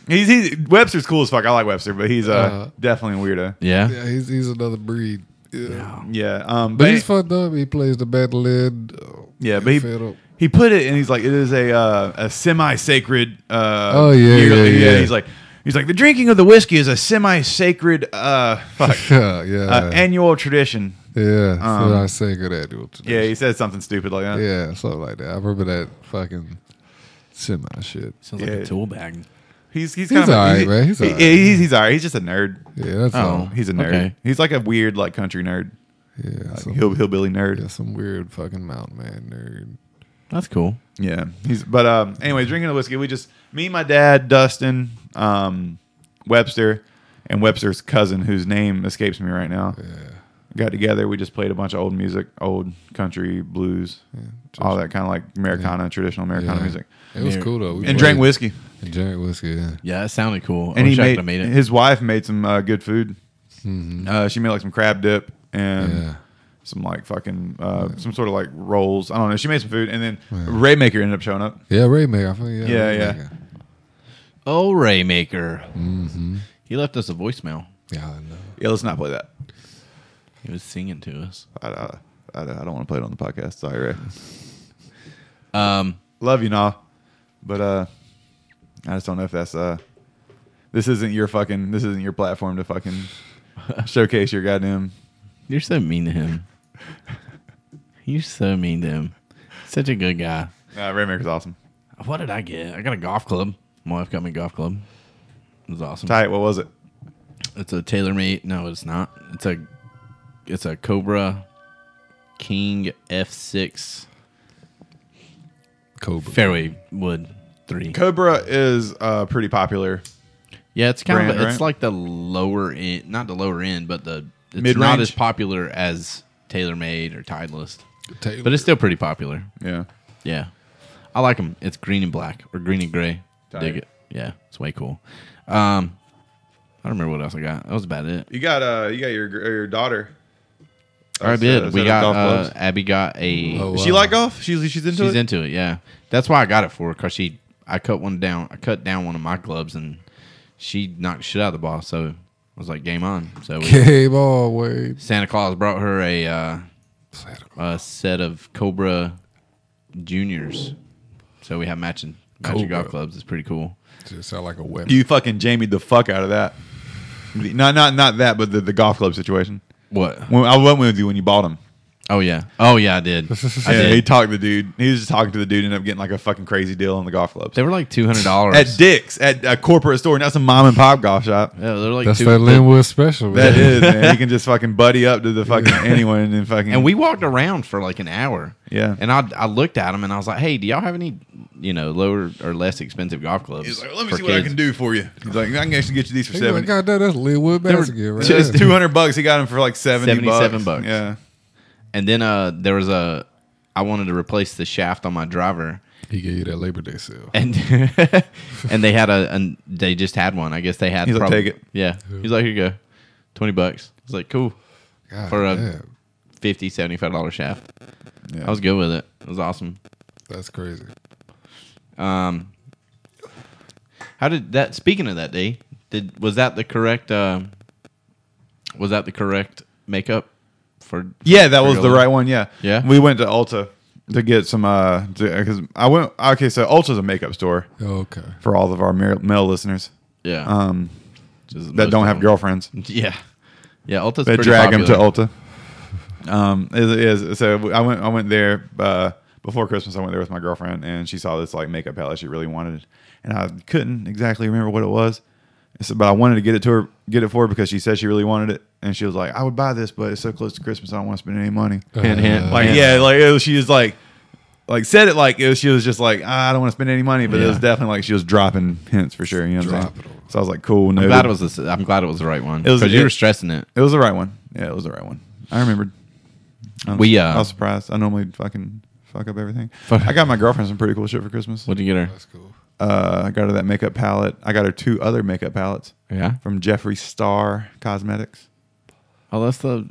[SPEAKER 2] He's, he's Webster's cool as fuck. I like Webster, but he's uh,
[SPEAKER 1] Uh-huh.
[SPEAKER 2] definitely a weirdo.
[SPEAKER 3] yeah.
[SPEAKER 1] Yeah, he's he's another breed. Yeah.
[SPEAKER 2] Yeah, um,
[SPEAKER 1] But, he's fucked up. He plays the bad lid. uh,
[SPEAKER 2] yeah, but
[SPEAKER 1] fed up.
[SPEAKER 2] he, he put it and he's like, it is a uh, a semi sacred. Uh,
[SPEAKER 1] Oh, yeah,
[SPEAKER 2] yearly-
[SPEAKER 1] yeah, yeah.
[SPEAKER 2] He's like, he's like the drinking of the whiskey is a semi sacred uh, fuck
[SPEAKER 1] yeah, yeah,
[SPEAKER 2] uh, annual tradition.
[SPEAKER 1] yeah.
[SPEAKER 2] um,
[SPEAKER 1] so I say good at it.
[SPEAKER 2] Yeah, he said something stupid like that.
[SPEAKER 1] yeah, something like that. I remember that fucking semi shit.
[SPEAKER 3] Sounds
[SPEAKER 2] Yeah.
[SPEAKER 3] tool bag.
[SPEAKER 2] He's he's
[SPEAKER 1] He's
[SPEAKER 2] kind of a-
[SPEAKER 1] all right,
[SPEAKER 2] he-
[SPEAKER 1] man. He's all
[SPEAKER 2] he-
[SPEAKER 1] right.
[SPEAKER 2] he's, he's all right. He's just a nerd.
[SPEAKER 1] Yeah, that's
[SPEAKER 3] Oh.
[SPEAKER 1] all.
[SPEAKER 2] He's a nerd.
[SPEAKER 3] Okay.
[SPEAKER 2] He's like a weird like country nerd,
[SPEAKER 1] Yeah, some,
[SPEAKER 2] hill hillbilly nerd.
[SPEAKER 1] yeah, some weird fucking mountain man
[SPEAKER 3] That's cool.
[SPEAKER 2] Yeah, he's but um. Anyway, drinking the whiskey, we just me, my dad, Dustin, um, Webster, and Webster's cousin, whose name escapes me right now.
[SPEAKER 1] nerd. Yeah.
[SPEAKER 2] Got together. We just played a bunch of old music, old country blues, all that kind of like Americana, traditional Americana
[SPEAKER 1] Yeah.
[SPEAKER 2] music,
[SPEAKER 1] It was
[SPEAKER 3] Yeah.
[SPEAKER 1] cool though. We
[SPEAKER 2] and drank
[SPEAKER 1] played-
[SPEAKER 2] whiskey.
[SPEAKER 1] And drank whiskey. Yeah.
[SPEAKER 3] Yeah, that sounded cool.
[SPEAKER 1] Oh,
[SPEAKER 2] And
[SPEAKER 3] I
[SPEAKER 2] he
[SPEAKER 3] wish I
[SPEAKER 2] made,
[SPEAKER 3] could have made it.
[SPEAKER 2] his wife made some uh, good food. Uh, she made like some crab dip and.
[SPEAKER 1] Mm-hmm. Yeah.
[SPEAKER 2] Some like fucking uh, some sort of like rolls. I don't know. She made some food, and then Raymaker ended up showing up.
[SPEAKER 1] Yeah, Raymaker. I think,
[SPEAKER 2] Yeah,
[SPEAKER 1] yeah,
[SPEAKER 2] yeah.
[SPEAKER 1] Raymaker.
[SPEAKER 3] oh, Raymaker. He left us a voicemail.
[SPEAKER 1] Yeah, I know.
[SPEAKER 2] Yeah, let's not play that.
[SPEAKER 3] He was singing to us.
[SPEAKER 2] I, I, I, I don't want to play it on the podcast. Sorry, Ray.
[SPEAKER 3] Um,
[SPEAKER 2] Love you, nah. But uh, I just don't know if that's uh, this isn't your fucking, this isn't your platform to fucking showcase your goddamn.
[SPEAKER 3] you're so mean to him. you're so mean to him. Such a good guy.
[SPEAKER 2] Uh, Raymaker's awesome.
[SPEAKER 3] What did I get? I got a golf club. My wife got me a golf club. It was awesome.
[SPEAKER 2] Tight. What was it?
[SPEAKER 3] It's a TaylorMade. No, it's not. It's a it's a Cobra King F6
[SPEAKER 1] Cobra.
[SPEAKER 3] fairway wood three.
[SPEAKER 2] Cobra is uh pretty popular.
[SPEAKER 3] Yeah, it's kind of
[SPEAKER 2] brand,
[SPEAKER 3] it's
[SPEAKER 2] right?
[SPEAKER 3] like the lower end, not the lower end, but the it's
[SPEAKER 2] Mid-range?
[SPEAKER 3] not as popular as TaylorMade or Titleist,
[SPEAKER 1] Taylor.
[SPEAKER 3] but it's still pretty popular.
[SPEAKER 2] Yeah.
[SPEAKER 3] Yeah, I like them. It's green and black or green and gray.
[SPEAKER 2] Tight.
[SPEAKER 3] Dig it. Yeah, it's way cool. Um, I don't remember what else I got. That was about it.
[SPEAKER 2] You got uh, you got your gr- your daughter.
[SPEAKER 3] I
[SPEAKER 2] Uh,
[SPEAKER 3] did.
[SPEAKER 2] set-
[SPEAKER 3] We
[SPEAKER 2] set up
[SPEAKER 3] got
[SPEAKER 2] golf
[SPEAKER 3] uh,
[SPEAKER 2] clubs.
[SPEAKER 3] Abby got a.
[SPEAKER 1] Oh,
[SPEAKER 2] Does she
[SPEAKER 1] wow.
[SPEAKER 2] like golf? She's she's into
[SPEAKER 3] She's
[SPEAKER 2] it.
[SPEAKER 3] into it, yeah. That's why I got it for her, cause she I cut one down I cut down one of my clubs and she knocked shit out of the ball, so I was like game on. So we,
[SPEAKER 1] Game all Wade.
[SPEAKER 3] Santa Claus brought her a uh, a set of Cobra Juniors. So we have matching matching
[SPEAKER 1] Cobra.
[SPEAKER 3] golf clubs. It's pretty cool.
[SPEAKER 1] Just sound like a whip.
[SPEAKER 2] you fucking Jamie the fuck out of that. The- Not not not that, but the, the golf club situation.
[SPEAKER 3] What?
[SPEAKER 2] When I went with you when you bought him.
[SPEAKER 3] Oh yeah. Oh yeah, I did. I
[SPEAKER 2] yeah, he
[SPEAKER 3] did.
[SPEAKER 2] talked to the dude. He was just talking to the dude, and ended up getting like a fucking crazy deal on the golf clubs
[SPEAKER 3] They were like two hundred dollars.
[SPEAKER 2] at Dick's at a corporate store, not some mom and pop golf shop.
[SPEAKER 3] Yeah, they're like
[SPEAKER 1] That's
[SPEAKER 3] two,
[SPEAKER 1] that Linwood special.
[SPEAKER 2] That
[SPEAKER 1] man.
[SPEAKER 2] is, man. You can just fucking buddy up to the fucking anyone and then fucking.
[SPEAKER 3] And we walked around for like an hour.
[SPEAKER 2] Yeah.
[SPEAKER 3] And I, I looked at him and I was like, hey, do y'all have any, you know, lower or less expensive golf clubs?
[SPEAKER 2] He's like, let me
[SPEAKER 3] for
[SPEAKER 2] see what I
[SPEAKER 3] kids?"
[SPEAKER 2] can do for you. He's like, I can actually get you these for
[SPEAKER 1] He like,
[SPEAKER 2] seventy.
[SPEAKER 1] God damn, that's Linwood
[SPEAKER 3] were-
[SPEAKER 1] basket right
[SPEAKER 2] It's
[SPEAKER 1] there.
[SPEAKER 2] two hundred bucks. He got him for like seventy.
[SPEAKER 3] 77
[SPEAKER 2] bucks.
[SPEAKER 3] bucks.
[SPEAKER 2] Yeah.
[SPEAKER 3] And then uh, there was a, I wanted to replace the shaft on my driver.
[SPEAKER 1] He gave you that Labor Day sale.
[SPEAKER 3] And and they had a, and they just had one. I guess they had.
[SPEAKER 2] He's like,
[SPEAKER 3] prob-
[SPEAKER 2] "Take it."
[SPEAKER 3] Yeah. He's like, here you go. 20 bucks. I was like, cool.
[SPEAKER 1] God
[SPEAKER 3] for a-
[SPEAKER 1] damn,
[SPEAKER 3] 50 $75 shaft.
[SPEAKER 2] Yeah.
[SPEAKER 3] I was good with it. It was awesome.
[SPEAKER 1] that's crazy.
[SPEAKER 3] Um, how did that? Speaking of that, D, did was that the correct? Um, was that the correct makeup for?
[SPEAKER 2] Yeah, that
[SPEAKER 3] for
[SPEAKER 2] was
[SPEAKER 3] your
[SPEAKER 2] the
[SPEAKER 3] look?
[SPEAKER 2] right one. Yeah.
[SPEAKER 3] Yeah?
[SPEAKER 2] We went to Ulta to get some uh because I went okay, so Ulta's a makeup store
[SPEAKER 1] Okay.
[SPEAKER 2] for all of our male, male listeners
[SPEAKER 3] Yeah,
[SPEAKER 2] um
[SPEAKER 3] just
[SPEAKER 2] that
[SPEAKER 3] most
[SPEAKER 2] don't
[SPEAKER 3] of
[SPEAKER 2] have
[SPEAKER 3] them.
[SPEAKER 2] girlfriends.
[SPEAKER 3] Yeah, yeah. Ulta's
[SPEAKER 2] They
[SPEAKER 3] pretty
[SPEAKER 2] drag
[SPEAKER 3] popular.
[SPEAKER 2] them to Ulta. Um is, is so I went I went there uh before Christmas I went there with my girlfriend and she saw this like makeup palette she really wanted and I couldn't exactly remember what it was. So, but I wanted to get it to her get it for her because she said she really wanted it and she was like, I would buy this, but it's so close to Christmas I don't want to spend any money.
[SPEAKER 3] Hint, hint.
[SPEAKER 1] Uh,
[SPEAKER 2] Like
[SPEAKER 3] hint.
[SPEAKER 2] yeah, like it was, she was like, like said it like it was, she was just like "Ah, I don't want to spend any money, but it was
[SPEAKER 3] Yeah.
[SPEAKER 2] definitely like she was dropping hints for sure. You know what I'm
[SPEAKER 1] Drop
[SPEAKER 2] saying?
[SPEAKER 1] it all.
[SPEAKER 2] So I was like, cool. No,
[SPEAKER 3] I'm glad it was. The, I'm glad it was the right one
[SPEAKER 2] It was-
[SPEAKER 3] because you
[SPEAKER 2] it-
[SPEAKER 3] were stressing it.
[SPEAKER 2] it was the right one. Yeah, it was the right one. I remembered. I was,
[SPEAKER 3] We, uh,
[SPEAKER 2] I was surprised. I normally fucking fuck up everything. I got my girlfriend some pretty cool shit for Christmas.
[SPEAKER 3] What'd you get her?
[SPEAKER 1] That's cool.
[SPEAKER 2] Uh, I got her that makeup palette. I got her two other makeup palettes
[SPEAKER 3] Yeah.
[SPEAKER 2] from Jeffree Star Cosmetics.
[SPEAKER 3] Oh, that's the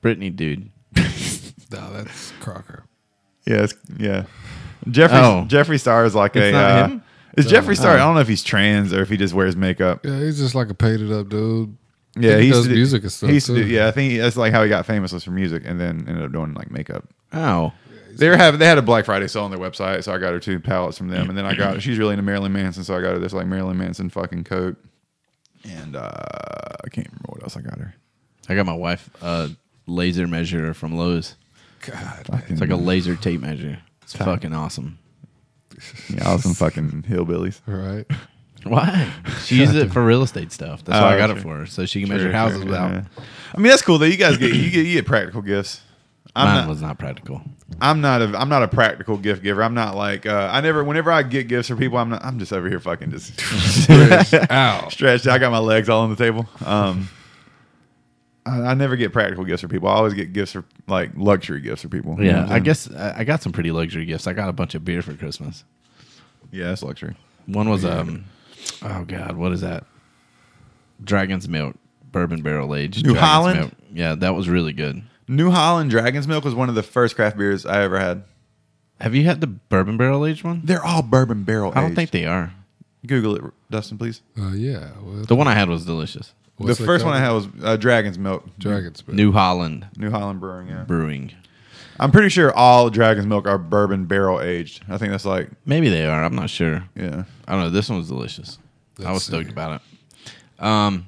[SPEAKER 3] Britney dude.
[SPEAKER 1] No, that's Crocker.
[SPEAKER 2] Yeah, it's, yeah. Jeffree
[SPEAKER 3] Oh.
[SPEAKER 2] Jeffree Star is like
[SPEAKER 3] It's
[SPEAKER 2] a.
[SPEAKER 3] not
[SPEAKER 2] uh,
[SPEAKER 3] him?
[SPEAKER 2] It's Jeffree Star. I don't know if he's trans or if he just wears makeup.
[SPEAKER 1] Yeah, he's just like a painted up dude.
[SPEAKER 2] Yeah,
[SPEAKER 1] he,
[SPEAKER 2] used
[SPEAKER 1] does
[SPEAKER 2] to do-
[SPEAKER 1] music and stuff.
[SPEAKER 2] He used to
[SPEAKER 1] too.
[SPEAKER 2] do- yeah, I think that's like how he got famous was for music, and then ended up doing like makeup.
[SPEAKER 3] Oh,
[SPEAKER 2] They were having they had a Black Friday sale on their website, so I got her two palettes from them, and then I got she's really into Marilyn Manson, so I got her this like Marilyn Manson fucking coat, and uh, I can't remember what else I got her.
[SPEAKER 3] I got my wife a laser measurer from Lowe's.
[SPEAKER 1] God,
[SPEAKER 3] It's like a laser tape measure. It's
[SPEAKER 2] Tight.
[SPEAKER 3] fucking awesome.
[SPEAKER 2] yeah, I was some fucking hillbillies.
[SPEAKER 1] right?
[SPEAKER 3] Why? She uses it for real estate stuff. That's
[SPEAKER 2] Oh,
[SPEAKER 3] why I got it
[SPEAKER 2] true.
[SPEAKER 3] for her, so she can
[SPEAKER 2] Sure,
[SPEAKER 3] measure
[SPEAKER 2] sure,
[SPEAKER 3] houses
[SPEAKER 2] yeah.
[SPEAKER 3] without.
[SPEAKER 2] I mean, that's cool though. You guys get you get you get practical gifts.
[SPEAKER 3] Mine
[SPEAKER 2] I'm not,
[SPEAKER 3] was not practical.
[SPEAKER 2] I'm not a I'm not a practical gift giver. I'm not like uh, I never. Whenever I get gifts for people, I'm not. I'm just over here fucking just
[SPEAKER 1] Ow.
[SPEAKER 2] stretched. out. I got my legs all on the table. Um, I, I never get practical gifts for people. I always get gifts for like luxury gifts for people. You know
[SPEAKER 3] Yeah,
[SPEAKER 2] what I'm
[SPEAKER 3] I
[SPEAKER 2] saying?
[SPEAKER 3] guess I I got some pretty luxury gifts. I got a bunch of beer for Christmas.
[SPEAKER 2] Yeah, that's luxury.
[SPEAKER 3] One was um, oh god, what is that? Dragon's milk, bourbon barrel aged.
[SPEAKER 2] New
[SPEAKER 3] Dragon's
[SPEAKER 2] Holland?
[SPEAKER 3] Milk. Yeah, that was really good.
[SPEAKER 2] New Holland Dragon's Milk was one of the first craft beers I ever had.
[SPEAKER 3] Have you had the bourbon barrel aged one?
[SPEAKER 2] They're all bourbon barrel.
[SPEAKER 3] I don't
[SPEAKER 2] aged.
[SPEAKER 3] think they are.
[SPEAKER 2] Google it, Dustin, please.
[SPEAKER 1] Uh, yeah. What,
[SPEAKER 3] The one I had was delicious.
[SPEAKER 1] what's
[SPEAKER 2] the
[SPEAKER 1] that
[SPEAKER 2] first
[SPEAKER 1] called?
[SPEAKER 2] one I had was uh, Dragon's Milk.
[SPEAKER 1] Dragon's Breath.
[SPEAKER 3] New Holland
[SPEAKER 2] New Holland Brewing. Yeah,
[SPEAKER 3] Brewing.
[SPEAKER 2] I'm pretty sure all Dragon's Milk are bourbon barrel aged. I think that's like
[SPEAKER 3] Maybe they are. I'm not sure.
[SPEAKER 2] yeah.
[SPEAKER 3] I don't know. This one was delicious. I was
[SPEAKER 1] That's
[SPEAKER 3] stoked
[SPEAKER 1] it.
[SPEAKER 3] about it. Um,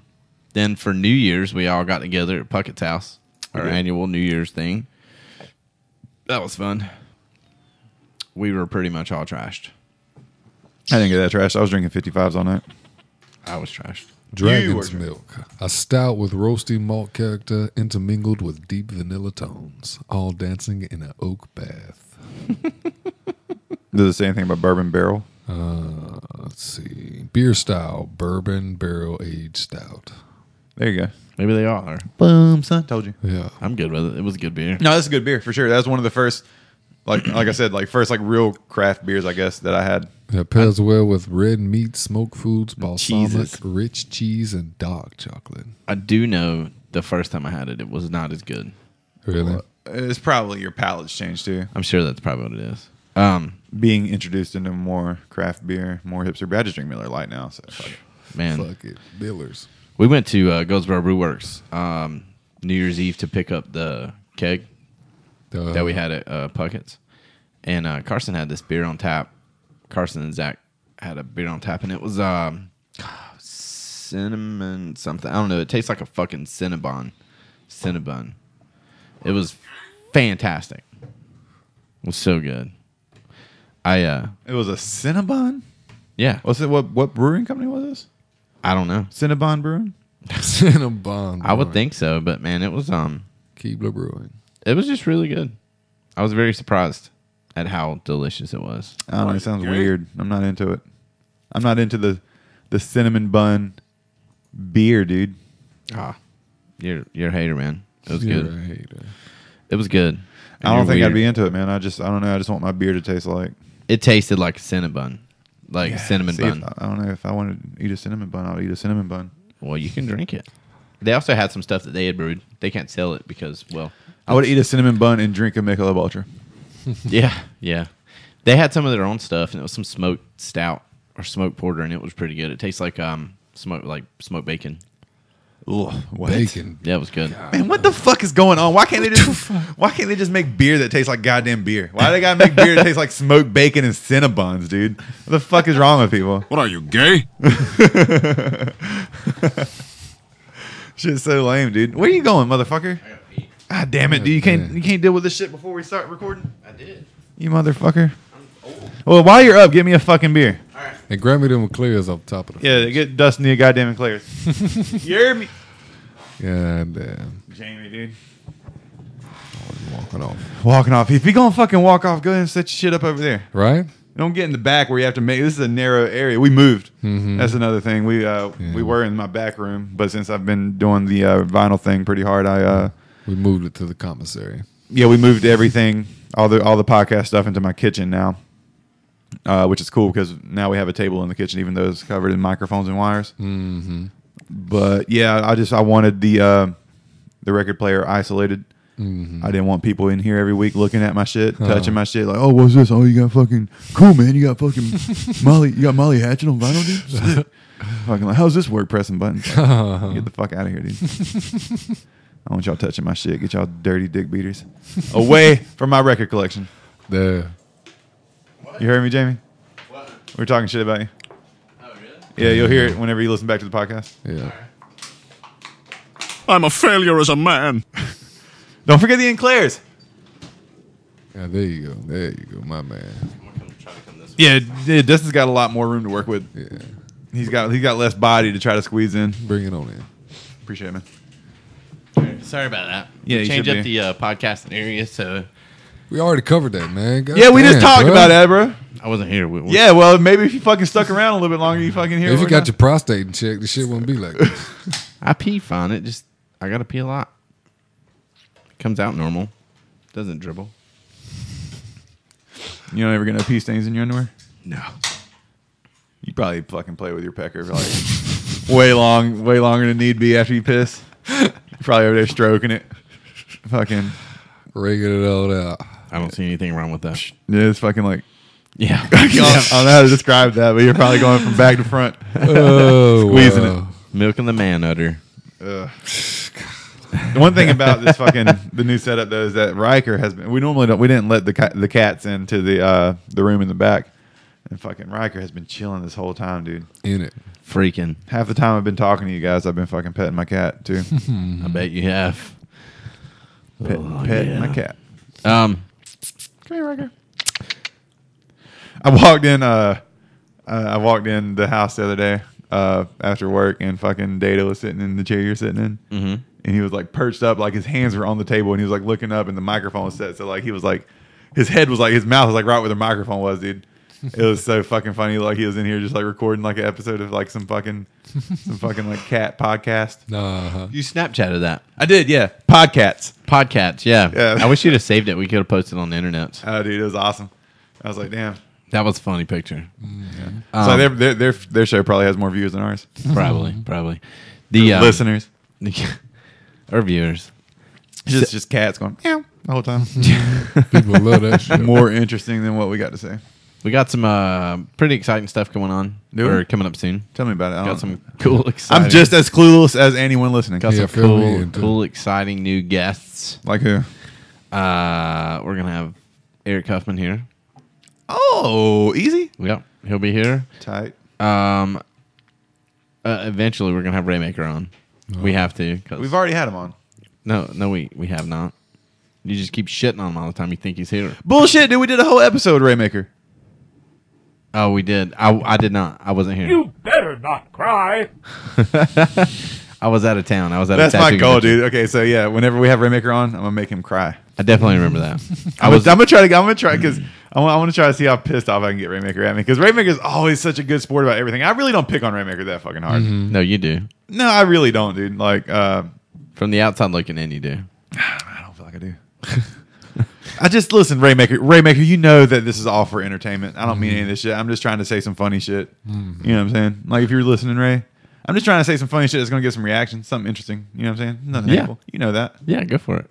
[SPEAKER 3] then for New Year's, we all got together at Puckett's house, our
[SPEAKER 2] did.
[SPEAKER 3] annual New Year's thing. That was fun. We were pretty much all trashed.
[SPEAKER 2] I didn't get that trash. I was drinking 55s all night.
[SPEAKER 3] I was trashed.
[SPEAKER 1] Dragon's
[SPEAKER 2] were-
[SPEAKER 1] Milk. A stout with roasty malt character intermingled with deep vanilla tones, all dancing in an oak bath.
[SPEAKER 2] Does it say anything about bourbon barrel?
[SPEAKER 1] Uh, let's see. Beer style, bourbon barrel aged stout.
[SPEAKER 2] There you go.
[SPEAKER 3] Maybe they all are.
[SPEAKER 2] Boom, son. Told you.
[SPEAKER 1] Yeah.
[SPEAKER 3] I'm good with it. It was a good beer.
[SPEAKER 2] No, that's a good beer for sure. That was one of the first, like like I said, like first like real craft beers I guess that I had.
[SPEAKER 1] It pairs well with red meat, smoked foods, balsamic,
[SPEAKER 3] Cheeses.
[SPEAKER 1] rich cheese, and dark chocolate.
[SPEAKER 3] I do know the first time I had it, it was not as good.
[SPEAKER 1] Really?
[SPEAKER 2] It's probably your palate's changed too.
[SPEAKER 3] I'm sure that's probably what it is. Um,
[SPEAKER 2] Being introduced into more craft beer, more hipster. But I just drink Miller Light now. So fuck it.
[SPEAKER 3] man,
[SPEAKER 1] Fuck it. Miller's.
[SPEAKER 3] we went to uh, Goldsboro Brew Works um, New Year's Eve to pick up the keg
[SPEAKER 1] Uh,
[SPEAKER 3] that we had at uh, Puckett's. And uh, Carson had this beer on tap. Carson and Zach had a beer on tap, and it was um, cinnamon something. I don't know. It tastes like a fucking Cinnabon. Cinnabon. It was fantastic. It was so good. I, uh,
[SPEAKER 2] it was a Cinnabon.
[SPEAKER 3] yeah,
[SPEAKER 2] What's it? What what brewing company was this?
[SPEAKER 3] I don't know.
[SPEAKER 2] Cinnabon Brewing.
[SPEAKER 1] Cinnabon.
[SPEAKER 3] I would
[SPEAKER 1] Brewing.
[SPEAKER 3] think so, but man, it was, um,
[SPEAKER 1] Keebler Brewing.
[SPEAKER 3] it was just really good. I was very surprised at how delicious it was.
[SPEAKER 2] I don't know. It sounds weird. I'm not into it. I'm not into the the cinnamon bun beer, dude.
[SPEAKER 3] Ah, you're, you're a hater, man. It was
[SPEAKER 1] You're
[SPEAKER 3] good.
[SPEAKER 1] a hater.
[SPEAKER 3] It was good.
[SPEAKER 2] I don't think I'd be into it, man. I just I don't know. I just want my beer to taste like
[SPEAKER 3] It tasted like cinnamon, like cinnamon
[SPEAKER 2] See, uh,
[SPEAKER 3] bun.
[SPEAKER 2] if- I don't know if I wanted to eat a cinnamon bun. I'll eat a cinnamon bun.
[SPEAKER 3] well, you can drink it. They also had some stuff that they had brewed. They can't sell it because, well,
[SPEAKER 2] I would eat a cinnamon bun and drink a Michelob Ultra.
[SPEAKER 3] yeah, yeah. They had some of their own stuff, and it was some smoked stout or smoked porter, and it was pretty good. It tastes like um smoke like smoked bacon.
[SPEAKER 2] Ugh, what?
[SPEAKER 1] Bacon.
[SPEAKER 3] Yeah, it was good.
[SPEAKER 2] Man, what the fuck is going on? Why can't they just why can't they just make beer that tastes like goddamn beer? Why they gotta make beer that tastes like smoked bacon and Cinnabons, dude? What the fuck is wrong with people?
[SPEAKER 4] What are you, gay?
[SPEAKER 2] Shit's so lame, dude. Where you going, motherfucker? God damn it, dude! You can't you can't deal with this shit before we start recording.
[SPEAKER 3] I did.
[SPEAKER 2] You motherfucker. Well, while you're up, get me a fucking beer.
[SPEAKER 1] And grab me them clears off top of the.
[SPEAKER 2] Yeah, get Dustin a goddamn clear. you hear me,
[SPEAKER 1] Yeah, damn.
[SPEAKER 2] Jamie, dude.
[SPEAKER 1] Walking off.
[SPEAKER 2] Walking off. If you gonna fucking walk off, go ahead and set your shit up over there.
[SPEAKER 1] Right?
[SPEAKER 2] Don't get in the back where you have to make. This is a narrow area. We moved. That's another thing. We uh, we were in my back room, but since I've been doing the uh, vinyl thing pretty hard, I uh,
[SPEAKER 1] We moved it to the commissary.
[SPEAKER 2] yeah, we moved everything, all the all the podcast stuff into my kitchen now, uh, which is cool because now we have a table in the kitchen, even though it's covered in microphones and wires. Mm-hmm. But yeah, I just I wanted the uh, the record player isolated. I didn't want people in here every week looking at my shit, touching my shit. Like, oh, what's this? Oh, you got fucking cool, man. You got fucking Molly. You got Molly Hatchet on vinyl, dude. Shit. fucking like, how's this work? Pressing buttons. Like, get the fuck out of here, dude. I want y'all touching my shit. Get y'all dirty dick beaters away from my record collection.
[SPEAKER 1] There.
[SPEAKER 2] You heard me, Jamie? We were talking shit about you.
[SPEAKER 1] Oh,
[SPEAKER 2] Yeah, you'll hear it whenever you listen back to the podcast.
[SPEAKER 1] Yeah.
[SPEAKER 4] I'm a failure as a man.
[SPEAKER 2] Don't forget the Enclairs.
[SPEAKER 1] Yeah, there you go. There you go, my man.
[SPEAKER 2] Yeah, yeah, Dustin's got a lot more room to work with.
[SPEAKER 1] Yeah.
[SPEAKER 2] He's got he's got less body to try to squeeze in.
[SPEAKER 1] Bring it on in.
[SPEAKER 2] Appreciate it, man.
[SPEAKER 3] Sorry about that.
[SPEAKER 2] Yeah, you
[SPEAKER 3] change
[SPEAKER 2] should
[SPEAKER 3] up
[SPEAKER 2] be.
[SPEAKER 3] the uh, podcasting area. So
[SPEAKER 1] We already covered that, man. God
[SPEAKER 2] Yeah, we just
[SPEAKER 1] damn,
[SPEAKER 2] talked
[SPEAKER 1] bro.
[SPEAKER 2] about that, bro.
[SPEAKER 3] I wasn't here. We, we-
[SPEAKER 2] Yeah, well, maybe if you fucking stuck around a little bit longer, you fucking hear.
[SPEAKER 1] If you
[SPEAKER 2] what
[SPEAKER 1] got
[SPEAKER 2] we're
[SPEAKER 1] your prostate in check, the shit wouldn't be like this.
[SPEAKER 3] I pee fine. It just I gotta pee a lot. Comes out normal. Doesn't dribble.
[SPEAKER 2] doing. you don't ever get no pee stains in your underwear.
[SPEAKER 3] No.
[SPEAKER 2] You probably fucking play with your pecker for like way long, way longer than need be after you piss. You're probably over there stroking it. Fucking
[SPEAKER 1] Rigging it all out.
[SPEAKER 3] I don't see anything wrong with that.
[SPEAKER 2] yeah, it's fucking like
[SPEAKER 3] Yeah.
[SPEAKER 2] I don't, I don't know how to describe that, but you're probably going from back to front.
[SPEAKER 1] Oh,
[SPEAKER 2] Squeezing it.
[SPEAKER 1] wow.
[SPEAKER 3] Milking the man udder.
[SPEAKER 2] The one thing about this fucking the new setup though is that Riker has been. We normally don't. We didn't let the ca- the cats into the uh, the room in the back, and fucking Riker has been chilling this whole time, dude.
[SPEAKER 1] in it.
[SPEAKER 3] Freaking.
[SPEAKER 2] Half the time I've been talking to you guys, I've been fucking petting my cat too.
[SPEAKER 3] I bet you have.
[SPEAKER 2] Mm-hmm. Pet,
[SPEAKER 3] Oh,
[SPEAKER 2] petting
[SPEAKER 3] yeah.
[SPEAKER 2] my cat.
[SPEAKER 3] Um
[SPEAKER 2] Come here, Riker. I walked in. Uh, uh, I walked in the house the other day uh, after work, and fucking Data was sitting in the chair you're sitting in, mm-hmm. and he was like perched up, like his hands were on the table, and he was like looking up, and the microphone was set, so like he was like, his head was like, his mouth was like right where the microphone was, dude. It was so fucking funny. Like he was in here just like recording like an episode of like some fucking, some fucking like cat podcast.
[SPEAKER 1] Uh-huh.
[SPEAKER 3] you Snapchatted that.
[SPEAKER 2] I did, yeah. Podcats.
[SPEAKER 3] Podcasts, yeah.
[SPEAKER 2] Yeah.
[SPEAKER 3] I wish you'd have saved it. We could have posted on the internet.
[SPEAKER 2] Oh, dude, it was awesome. I was like, damn.
[SPEAKER 3] That was a funny picture.
[SPEAKER 2] so
[SPEAKER 3] Um,
[SPEAKER 2] their, their their their show probably has more views than ours.
[SPEAKER 3] Probably, probably. The um,
[SPEAKER 2] Listeners,
[SPEAKER 3] or viewers.
[SPEAKER 2] just just cats going meow the whole time.
[SPEAKER 1] People love that shit.
[SPEAKER 2] more interesting than what we got to say.
[SPEAKER 3] We got some uh, pretty exciting stuff going on.
[SPEAKER 2] Do we?
[SPEAKER 3] or coming up soon.
[SPEAKER 2] Tell me about it. I
[SPEAKER 3] Got
[SPEAKER 2] don't-
[SPEAKER 3] some cool, exciting.
[SPEAKER 2] I'm just as clueless as anyone listening.
[SPEAKER 3] got
[SPEAKER 1] Yeah,
[SPEAKER 3] some
[SPEAKER 1] fill me
[SPEAKER 3] cool,
[SPEAKER 1] in, too.
[SPEAKER 3] cool, exciting new guests.
[SPEAKER 2] Like who?
[SPEAKER 3] Uh, we're gonna have Eric Huffman here.
[SPEAKER 2] Oh, easy.
[SPEAKER 3] Yep, he'll be here.
[SPEAKER 2] Tight.
[SPEAKER 3] Um, uh, eventually, we're gonna have Raymaker on. We have to. 'cause-
[SPEAKER 2] We've already had him on.
[SPEAKER 3] no, no, we we have not. You just keep shitting on him all the time. You think he's here?
[SPEAKER 2] Bullshit, dude. We did a whole episode Raymaker.
[SPEAKER 3] Oh, we did. I I did not. I wasn't here.
[SPEAKER 5] You better not cry.
[SPEAKER 3] I was out of town. I was at
[SPEAKER 2] That's
[SPEAKER 3] a
[SPEAKER 2] my
[SPEAKER 3] tattoo
[SPEAKER 2] goal,
[SPEAKER 3] convention.
[SPEAKER 2] dude. Okay, so yeah, whenever we have Raymaker on, I'm gonna make him cry.
[SPEAKER 3] I definitely remember that.
[SPEAKER 2] I was, I'm gonna try to. I'm gonna try because
[SPEAKER 3] Mm.
[SPEAKER 2] I want. I want to try to see how pissed off I can get Raymaker at me because Raymaker's always such a good sport about everything. I really don't pick on Raymaker that fucking hard.
[SPEAKER 3] no, you do.
[SPEAKER 2] No, I really don't, dude. Like, uh,
[SPEAKER 3] From the outside looking in, you do.
[SPEAKER 2] I don't feel like I do. I just listen, Raymaker. Raymaker, you know that this is all for entertainment. I don't mean any of this shit. I'm just trying to say some funny shit.
[SPEAKER 3] Mm-hmm.
[SPEAKER 2] You know what I'm saying? Like if you're listening, Ray, I'm just trying to say some funny shit that's gonna get some reaction, something interesting. You know what I'm saying? Nothing
[SPEAKER 3] Yeah.
[SPEAKER 2] hateful. You know that.
[SPEAKER 3] Yeah, go for it.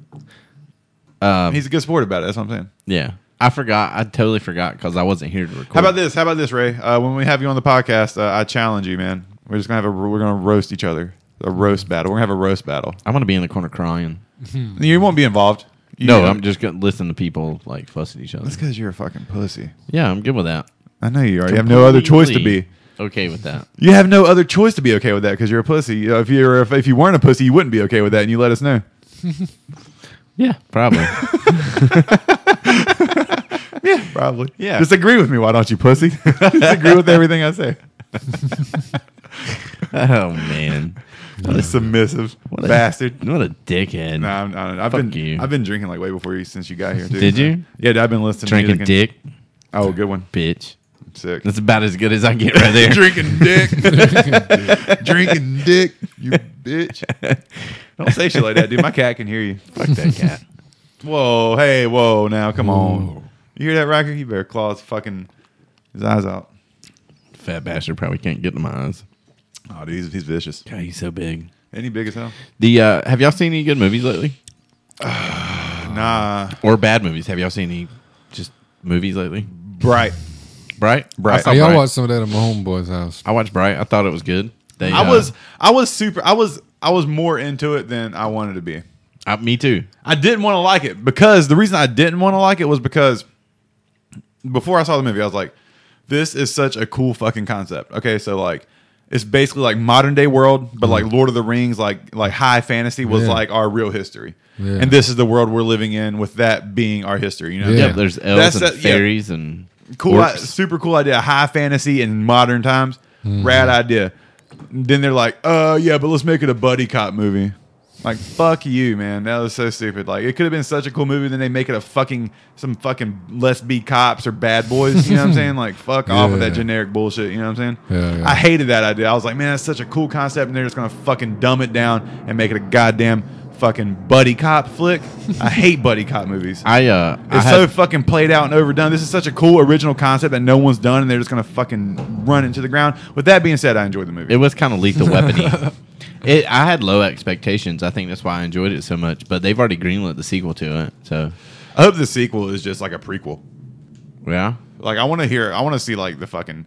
[SPEAKER 3] Um,
[SPEAKER 2] He's a good sport about it. That's what I'm saying.
[SPEAKER 3] yeah, I forgot. I totally forgot because I wasn't here to record.
[SPEAKER 2] How about this? How about this, Ray? Uh, when we have you on the podcast, uh, I challenge you, man. We're just gonna have a we're gonna roast each other. A roast battle. We're gonna have a roast battle.
[SPEAKER 3] I want to be in the corner crying.
[SPEAKER 2] You won't be involved. You
[SPEAKER 3] Mm-hmm. No,
[SPEAKER 2] know.
[SPEAKER 3] I'm just gonna listen to people like fuss at each other.
[SPEAKER 2] That's because you're a fucking pussy.
[SPEAKER 3] Yeah, I'm good with that.
[SPEAKER 2] I know you are. You have no other choice to be.
[SPEAKER 3] okay with that.
[SPEAKER 2] You have no other choice to be okay with that because you're a pussy. You know, if you're if, if you weren't a pussy, you wouldn't be okay with that, and you let us know.
[SPEAKER 3] Yeah, probably.
[SPEAKER 2] Probably, yeah. Disagree with me, why don't you, pussy? Disagree with everything I say.
[SPEAKER 3] oh man,
[SPEAKER 2] What a submissive bastard.
[SPEAKER 3] what a dickhead.
[SPEAKER 2] Nah, I'm, I don't know. I've
[SPEAKER 3] Fuck
[SPEAKER 2] been
[SPEAKER 3] you.
[SPEAKER 2] I've been drinking like way before you since you got here. Too,
[SPEAKER 3] Did
[SPEAKER 2] so-
[SPEAKER 3] you?
[SPEAKER 2] Yeah, dude, I've been listening. to
[SPEAKER 3] Drinking
[SPEAKER 2] music
[SPEAKER 3] dick,
[SPEAKER 2] And, oh, good one.
[SPEAKER 3] bitch.
[SPEAKER 2] Sick.
[SPEAKER 3] That's about as good as I get right there.
[SPEAKER 2] Drinking dick. Drinking dick. You bitch. Don't say shit like that, dude. My cat can hear you.
[SPEAKER 3] Fuck that cat.
[SPEAKER 2] Whoa, hey, whoa, now come on. You hear that, Riker? You better claw his fucking his eyes out.
[SPEAKER 3] Fat bastard probably can't get to my eyes.
[SPEAKER 2] Oh, dude, he's, he's vicious.
[SPEAKER 3] God, he's so big.
[SPEAKER 2] Ain't he big as hell?
[SPEAKER 3] The uh, have y'all seen any good movies lately
[SPEAKER 2] Nah.
[SPEAKER 3] or bad movies? Have y'all seen any just movies lately?
[SPEAKER 2] Bright.
[SPEAKER 3] Bright,
[SPEAKER 2] Bright.
[SPEAKER 3] I, saw
[SPEAKER 1] Hey, y'all
[SPEAKER 3] Bright.
[SPEAKER 1] watched some of that at my homeboy's house.
[SPEAKER 3] I watched Bright. I thought it was good. They,
[SPEAKER 2] I
[SPEAKER 3] uh,
[SPEAKER 2] was I was super I was I was more into it than I wanted to be.
[SPEAKER 3] I, me too.
[SPEAKER 2] I didn't want to like it because the reason I didn't want to like it was because before I saw the movie, I was like, this is such a cool fucking concept. Okay, so like it's basically like modern day world, but like Lord of the Rings, like like high fantasy was
[SPEAKER 1] Mm-hmm. Yeah.
[SPEAKER 2] like our real history.
[SPEAKER 1] Yeah.
[SPEAKER 2] And this is the world we're living in with that being our history. You know, what I'm
[SPEAKER 1] Yeah.
[SPEAKER 3] Yep, there's elves
[SPEAKER 2] That's
[SPEAKER 3] and
[SPEAKER 2] that- yeah.
[SPEAKER 3] fairies and
[SPEAKER 2] cool,
[SPEAKER 3] orcs.
[SPEAKER 2] super cool idea. High fantasy in modern times.
[SPEAKER 1] Hmm.
[SPEAKER 2] Rad idea. Then they're like, uh, yeah, but let's make it a buddy cop movie. Like, fuck you, man. That was so stupid. Like, it could have been such a cool movie. Then they make it a fucking, some fucking let's be cops or bad boys. You know what I'm saying? Like, fuck off with that
[SPEAKER 1] Yeah.
[SPEAKER 2] generic bullshit. You know what I'm saying?
[SPEAKER 1] Yeah, yeah.
[SPEAKER 2] I hated that idea. I was like, man, that's such a cool concept. And they're just going to fucking dumb it down and make it a goddamn fucking buddy cop flick. I hate buddy cop movies.
[SPEAKER 3] I uh, I
[SPEAKER 2] It's
[SPEAKER 3] had-
[SPEAKER 2] so fucking played out and overdone. This is such a cool original concept that no one's done, and they're just gonna fucking run into the ground. With that being said, I enjoyed the movie.
[SPEAKER 3] it was kind of lethal weapony. it, I had low expectations. I think that's why I enjoyed it so much. But they've already greenlit the sequel to it. So
[SPEAKER 2] I hope the sequel is just like a prequel.
[SPEAKER 3] yeah,
[SPEAKER 2] Like I want to hear, I want to see like the fucking,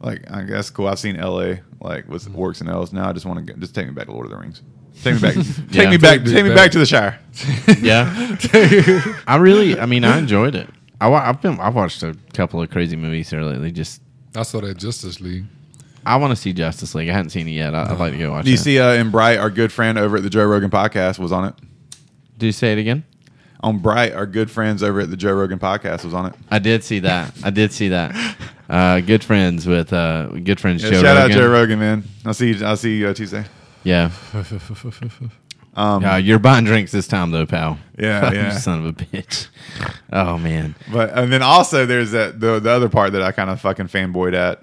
[SPEAKER 2] like I guess cool. I've seen L.A. like what's works in L's. Now I just want to just take me back to Lord of the Rings. Take me back. take
[SPEAKER 3] Yeah.
[SPEAKER 2] me back.
[SPEAKER 1] Take me
[SPEAKER 2] Take me
[SPEAKER 1] back.
[SPEAKER 2] back to the Shire.
[SPEAKER 3] yeah. I really, I mean, I enjoyed it. I, wa- I've been, I've watched a couple of crazy movies here lately. Just
[SPEAKER 1] I saw that Justice League.
[SPEAKER 3] I want to see Justice League. I hadn't seen it yet. I, I'd like to go watch
[SPEAKER 2] Do you
[SPEAKER 3] it.
[SPEAKER 2] see? Uh, and Bright, our good friend over at the Joe Rogan podcast, was on it.
[SPEAKER 3] Do you say it again?
[SPEAKER 2] On Bright, our good friends over at the Joe Rogan podcast was on it.
[SPEAKER 3] I did see that. I did see that. Uh, good friends with uh, good friends.
[SPEAKER 2] Yeah,
[SPEAKER 3] Joe
[SPEAKER 2] shout
[SPEAKER 3] Rogan.
[SPEAKER 2] out Joe Rogan, man. I'll see. You, I'll see you uh, Tuesday.
[SPEAKER 3] Yeah. Yeah, you're buying drinks this time though, pal.
[SPEAKER 2] Yeah,
[SPEAKER 3] You
[SPEAKER 2] yeah.
[SPEAKER 3] son of a bitch. Oh man.
[SPEAKER 2] But and then also there's that the the other part that I kind of fucking fanboyed at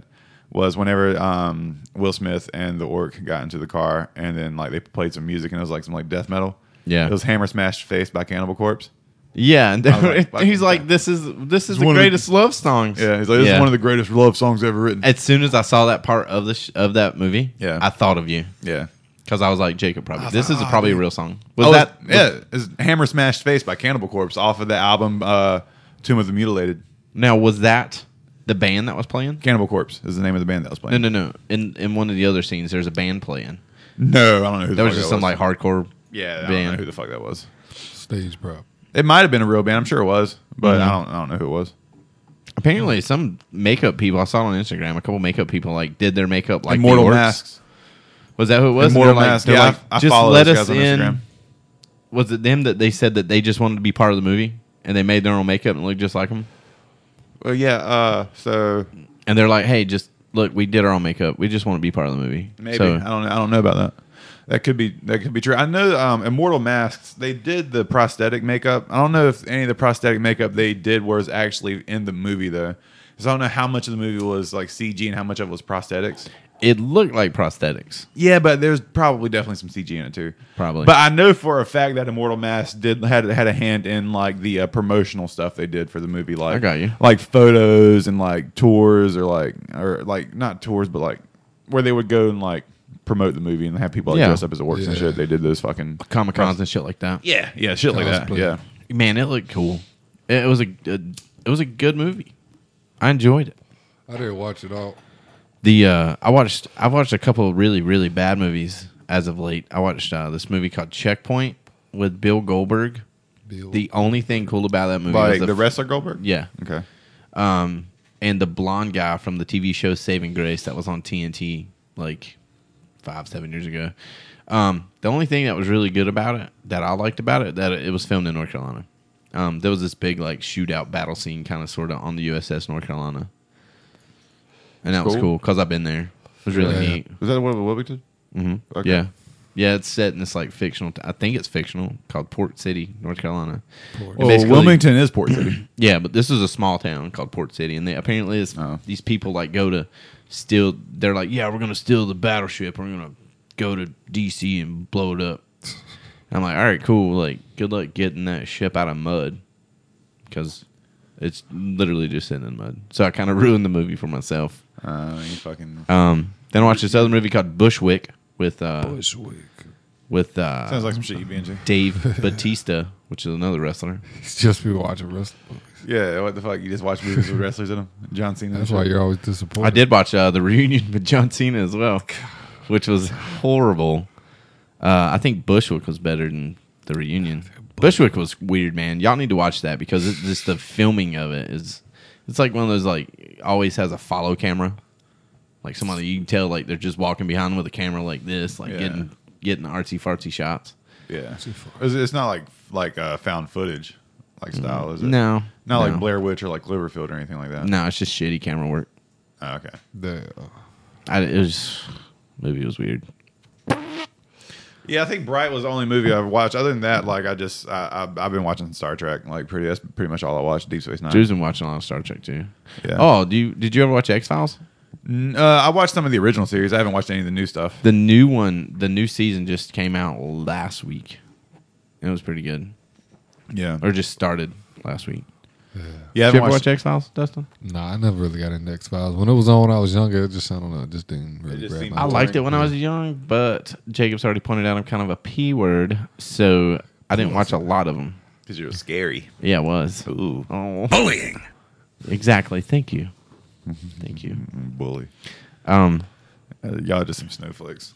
[SPEAKER 2] was whenever um, Will Smith and the Orc got into the car and then like they played some music and it was like some like death metal.
[SPEAKER 3] Yeah.
[SPEAKER 2] it was Hammer Smash Face by Cannibal Corpse.
[SPEAKER 3] Yeah, and
[SPEAKER 2] was like, fucking
[SPEAKER 3] he's like, this is this is the
[SPEAKER 2] one of the-
[SPEAKER 3] greatest love songs.
[SPEAKER 2] Yeah, he's like this is one of the greatest love songs ever written.
[SPEAKER 3] As soon as I saw that part of the sh- of that movie,
[SPEAKER 2] Yeah.
[SPEAKER 3] I thought of you
[SPEAKER 2] yeah.
[SPEAKER 3] because I was like, Jacob, probably this
[SPEAKER 2] "Ah,
[SPEAKER 3] is probably a real song. Was
[SPEAKER 2] Oh,
[SPEAKER 3] that?
[SPEAKER 2] it's- yeah? It's Hammer Smash Face by Cannibal Corpse off of the album uh, Tomb of the Mutilated.
[SPEAKER 3] Now was that the band that was playing?
[SPEAKER 2] Cannibal Corpse is the name of the band that was
[SPEAKER 3] No,
[SPEAKER 2] playing.
[SPEAKER 3] no, no. In in one of the other scenes, there's a band playing.
[SPEAKER 2] No, I don't know. Who the
[SPEAKER 3] There was
[SPEAKER 2] fuck
[SPEAKER 3] just
[SPEAKER 2] that
[SPEAKER 3] some like hardcore.
[SPEAKER 2] yeah, I don't know
[SPEAKER 3] band.
[SPEAKER 2] who the fuck that was.
[SPEAKER 1] Stage prop.
[SPEAKER 2] It might have been a real band. I'm sure it was, but
[SPEAKER 3] Mm-hmm.
[SPEAKER 2] I don't. I don't know who it was.
[SPEAKER 3] Apparently, some makeup people I saw on Instagram. A couple makeup people like did their makeup like the
[SPEAKER 2] Immortal
[SPEAKER 3] orcs.
[SPEAKER 2] Masks.
[SPEAKER 3] Was that who it was?
[SPEAKER 2] Immortal
[SPEAKER 3] They're like-
[SPEAKER 2] Mask.
[SPEAKER 3] they're
[SPEAKER 2] Yeah,
[SPEAKER 3] like,
[SPEAKER 2] I- I
[SPEAKER 3] just
[SPEAKER 2] follow
[SPEAKER 3] let
[SPEAKER 2] those
[SPEAKER 3] us
[SPEAKER 2] guys on
[SPEAKER 3] in.
[SPEAKER 2] Instagram.
[SPEAKER 3] Was it them that they said that they just wanted to be part of the movie and they made their own makeup and looked just like them?
[SPEAKER 2] Well, yeah. Uh, so
[SPEAKER 3] And they're like, hey, just look, we did our own makeup. We just want to be part of the movie.
[SPEAKER 2] maybe
[SPEAKER 3] So,
[SPEAKER 2] I don't. I don't know about that. That could be. That could be true. I know. Um, Immortal Masks. They did the prosthetic makeup. I don't know if any of the prosthetic makeup they did was actually in the movie though. Because I don't know how much of the movie was like CG and how much of it was prosthetics.
[SPEAKER 3] it looked like prosthetics.
[SPEAKER 2] Yeah, but there's probably definitely some CG in it too.
[SPEAKER 3] Probably.
[SPEAKER 2] But I know for a fact that Immortal Mass did had had a hand in like the uh, promotional stuff they did for the movie, like
[SPEAKER 3] I got you.
[SPEAKER 2] like photos and like tours or like or like not tours, but like where they would go and like promote the movie and have people like
[SPEAKER 3] Yeah.
[SPEAKER 2] dress up as orcs and
[SPEAKER 1] Yeah.
[SPEAKER 2] shit. They did those fucking
[SPEAKER 3] Comic Cons and shit like that.
[SPEAKER 2] yeah yeah shit like that
[SPEAKER 1] Cosplay.
[SPEAKER 2] yeah.
[SPEAKER 3] Man, it looked cool. It, it was a, good- it was a good movie. I enjoyed it.
[SPEAKER 1] I didn't watch it all.
[SPEAKER 3] The uh, I watched I've watched a couple of really really bad movies as of late. I watched uh, this movie called Checkpoint with Bill Goldberg.
[SPEAKER 1] Bill.
[SPEAKER 3] The only thing cool about that movie was
[SPEAKER 2] Like
[SPEAKER 3] the,
[SPEAKER 2] the
[SPEAKER 3] f-
[SPEAKER 2] wrestler Goldberg.
[SPEAKER 3] yeah,
[SPEAKER 2] Okay.
[SPEAKER 3] um, and the blonde guy from the TV show Saving Grace that was on TNT like five seven years ago. Um, the only thing that was really good about it that I liked about it that it was filmed in North Carolina. Um, there was this big like shootout battle scene kind of sort of on the USS North Carolina, and that was
[SPEAKER 2] Cool.
[SPEAKER 3] cool because I've been there. It was really
[SPEAKER 1] Yeah, yeah.
[SPEAKER 3] neat.
[SPEAKER 2] Was that what what we did?
[SPEAKER 3] Mm-hmm.
[SPEAKER 2] Okay.
[SPEAKER 3] Yeah. Yeah, it's set in this like fictional. I think it's fictional called Port City, North Carolina. And
[SPEAKER 2] Well,
[SPEAKER 3] basically-
[SPEAKER 2] Wilmington is Port City.
[SPEAKER 3] Yeah, but this is a small town called Port City, and they apparently it's,
[SPEAKER 2] Oh.
[SPEAKER 3] these people like go to steal. They're like, yeah, we're gonna steal the battleship. We're gonna go to DC and blow it up. I'm like, all right, cool. Like, good luck getting that ship out of mud, because it's literally just sitting in mud. So I kind of ruined the movie for myself.
[SPEAKER 2] uh, you fucking
[SPEAKER 3] Um, then I watched this other movie called Bushwick with uh,
[SPEAKER 1] Bushwick.
[SPEAKER 3] with uh,
[SPEAKER 2] sounds like some shit you'd be into.
[SPEAKER 3] Dave Batista, which is another wrestler.
[SPEAKER 1] It's just be watching wrestling.
[SPEAKER 2] Yeah, what the fuck? You just watch movies with wrestlers in them. John Cena. and
[SPEAKER 1] That's
[SPEAKER 2] shit.
[SPEAKER 1] why you're always disappointed.
[SPEAKER 3] I did watch uh, the reunion with John Cena as well, which was horrible. Uh, I think Bushwick was better than the reunion. Bushwick was weird, man. Y'all need to watch that because it's just the filming of it is. It's like one of those like always has a follow camera, like somebody you can tell like they're just walking behind with a camera like this, like
[SPEAKER 2] Yeah.
[SPEAKER 3] getting getting artsy fartsy shots.
[SPEAKER 2] Yeah, it's, it's not like like uh, found footage like style, is it?
[SPEAKER 3] No,
[SPEAKER 2] not
[SPEAKER 3] no.
[SPEAKER 2] like Blair Witch or like Cloverfield or anything like that.
[SPEAKER 3] No, it's just shitty camera work.
[SPEAKER 2] Oh, Ah, okay,
[SPEAKER 1] The, uh,
[SPEAKER 3] I, it was movie was weird.
[SPEAKER 2] Yeah, I think Bright was the only movie I've watched. Other than that, like I just I, I I've been watching Star Trek. Like pretty that's pretty much all I watched. Deep Space Nine.
[SPEAKER 3] Drew's been watching a lot of Star Trek too.
[SPEAKER 2] Yeah.
[SPEAKER 3] Oh, do you did you ever watch X Files?
[SPEAKER 2] N- Uh, I watched some of the original series. I haven't watched any of the new stuff.
[SPEAKER 3] The new one, the new season just came out last week. It was pretty good,
[SPEAKER 2] Yeah,
[SPEAKER 3] or just started last week.
[SPEAKER 2] yeah. I
[SPEAKER 3] Did you
[SPEAKER 2] haven't
[SPEAKER 3] ever
[SPEAKER 2] watched,
[SPEAKER 3] watch X Files, Dustin?
[SPEAKER 1] Nah, I never really got into X Files. When it was on when I was younger, it just I don't know, it just didn't really
[SPEAKER 2] just
[SPEAKER 1] grab
[SPEAKER 2] seemed
[SPEAKER 1] my
[SPEAKER 3] I
[SPEAKER 2] boring.
[SPEAKER 1] attention.
[SPEAKER 3] liked it when I was young, but Jacob's already pointed out I'm kind of a p word, so I didn't watch a lot of them.
[SPEAKER 2] because it was scary.
[SPEAKER 3] Yeah, it was. Ooh. Oh. Bullying. Exactly. Thank you. Thank you.
[SPEAKER 2] Bully.
[SPEAKER 3] Um,
[SPEAKER 2] Uh, y'all just some snowflakes.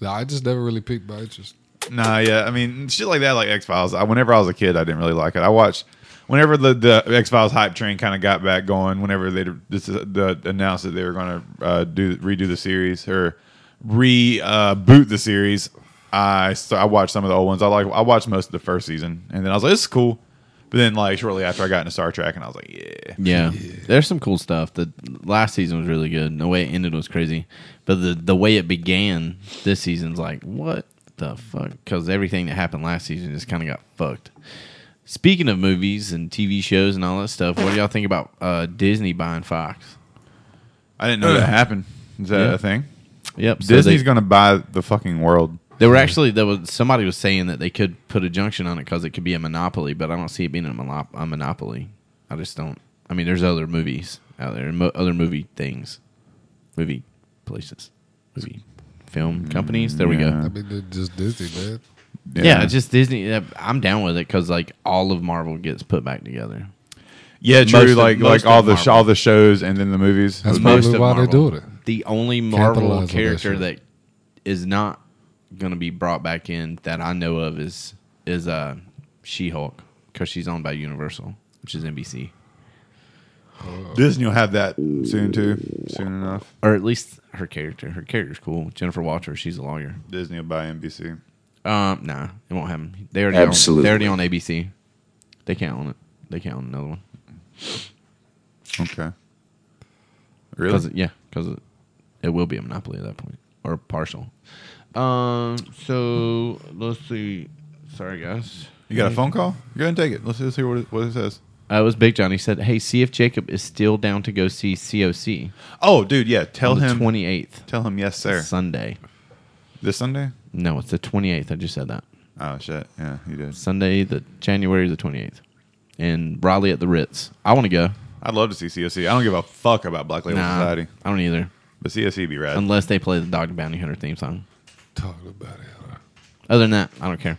[SPEAKER 1] Nah, I just never really piqued my interest.
[SPEAKER 2] Nah, yeah. I mean, shit like that, like X Files. I Whenever I was a kid, I didn't really like it. I watched whenever the, the X Files hype train kind of got back going. Whenever they this, the, announced that they were going to uh, do redo the series or reboot uh, boot the series, I so I watched some of the old ones. I like I watched most of the first season, and then I was like, this is cool. But then, like shortly after, I got into Star Trek, and I was like,
[SPEAKER 3] yeah.
[SPEAKER 2] yeah.
[SPEAKER 3] There's some cool stuff. The last season was really good. The way it ended was crazy, but the the way it began this season's like what the fuck? Because everything that happened last season just kind of got fucked. Speaking of movies and TV shows and all that stuff, what do y'all think about uh, Disney buying Fox?
[SPEAKER 2] I didn't know that happened. Is that
[SPEAKER 3] Yeah.
[SPEAKER 2] a thing?
[SPEAKER 3] Yep, so
[SPEAKER 2] Disney's
[SPEAKER 3] they-
[SPEAKER 2] going to buy the fucking world.
[SPEAKER 3] They were actually there was somebody was saying that they could put a junction on it because it could be a monopoly, but I don't see it being a, monop- a monopoly. I just don't. I mean, there's other movies out there, mo- other movie things, movie places, movie film companies. There we
[SPEAKER 1] I
[SPEAKER 3] go.
[SPEAKER 1] mean, they're just Disney, man.
[SPEAKER 3] Yeah, it's just Disney. yeah, I'm down with it because like all of Marvel gets put back together.
[SPEAKER 2] Yeah, true.
[SPEAKER 3] Most of-
[SPEAKER 2] like
[SPEAKER 3] most
[SPEAKER 2] like all
[SPEAKER 3] of
[SPEAKER 2] the sh-
[SPEAKER 3] Marvel.
[SPEAKER 2] all the shows and then the movies.
[SPEAKER 1] That's
[SPEAKER 2] Would-
[SPEAKER 1] Probably
[SPEAKER 3] Most of
[SPEAKER 1] why they
[SPEAKER 3] Marvel.
[SPEAKER 1] do it.
[SPEAKER 3] The only Marvel
[SPEAKER 1] Capitalize on that
[SPEAKER 3] character
[SPEAKER 1] shit.
[SPEAKER 3] that is not going to be brought back in that I know of is is uh, She Hulk because she's owned by Universal, which is NBC.
[SPEAKER 2] Disney will have that soon too. Soon enough,
[SPEAKER 3] or at least her character. Her character's cool. Jennifer Walter, she's a lawyer.
[SPEAKER 2] Disney will buy NBC.
[SPEAKER 3] Um, nah, it won't happen. They already Absolutely.
[SPEAKER 6] Absolutely.
[SPEAKER 3] Own, they already on ABC. They can't own it. They can't own another one.
[SPEAKER 2] Okay.
[SPEAKER 3] 'Cause
[SPEAKER 2] Really?
[SPEAKER 3] it- yeah, because it, it will be a monopoly at that point or partial. Um, so let's see. Sorry, guys.
[SPEAKER 2] You got a phone call? Go ahead and take it. Let's just hear what it, what it says.
[SPEAKER 3] Uh, it was Big John. He said, "Hey, see if Jacob is still down to go see COC
[SPEAKER 2] Oh, dude, yeah. Tell
[SPEAKER 3] on the
[SPEAKER 2] him.
[SPEAKER 3] twenty eighth
[SPEAKER 2] Tell him yes, sir.
[SPEAKER 3] Sunday.
[SPEAKER 2] This Sunday.
[SPEAKER 3] No, it's the twenty eighth. I just said that
[SPEAKER 2] Oh shit! Yeah, you did.
[SPEAKER 3] Sunday, the January the twenty eighth, in Raleigh at the Ritz. I want to go.
[SPEAKER 2] I'd love to see COC. I don't give a fuck about Black Label
[SPEAKER 3] Nah,
[SPEAKER 2] Society,
[SPEAKER 3] I don't either.
[SPEAKER 2] but COC be rad.
[SPEAKER 3] Unless they play the Dog and Bounty Hunter theme song.
[SPEAKER 1] Talk about it.
[SPEAKER 3] Other than that, I don't care.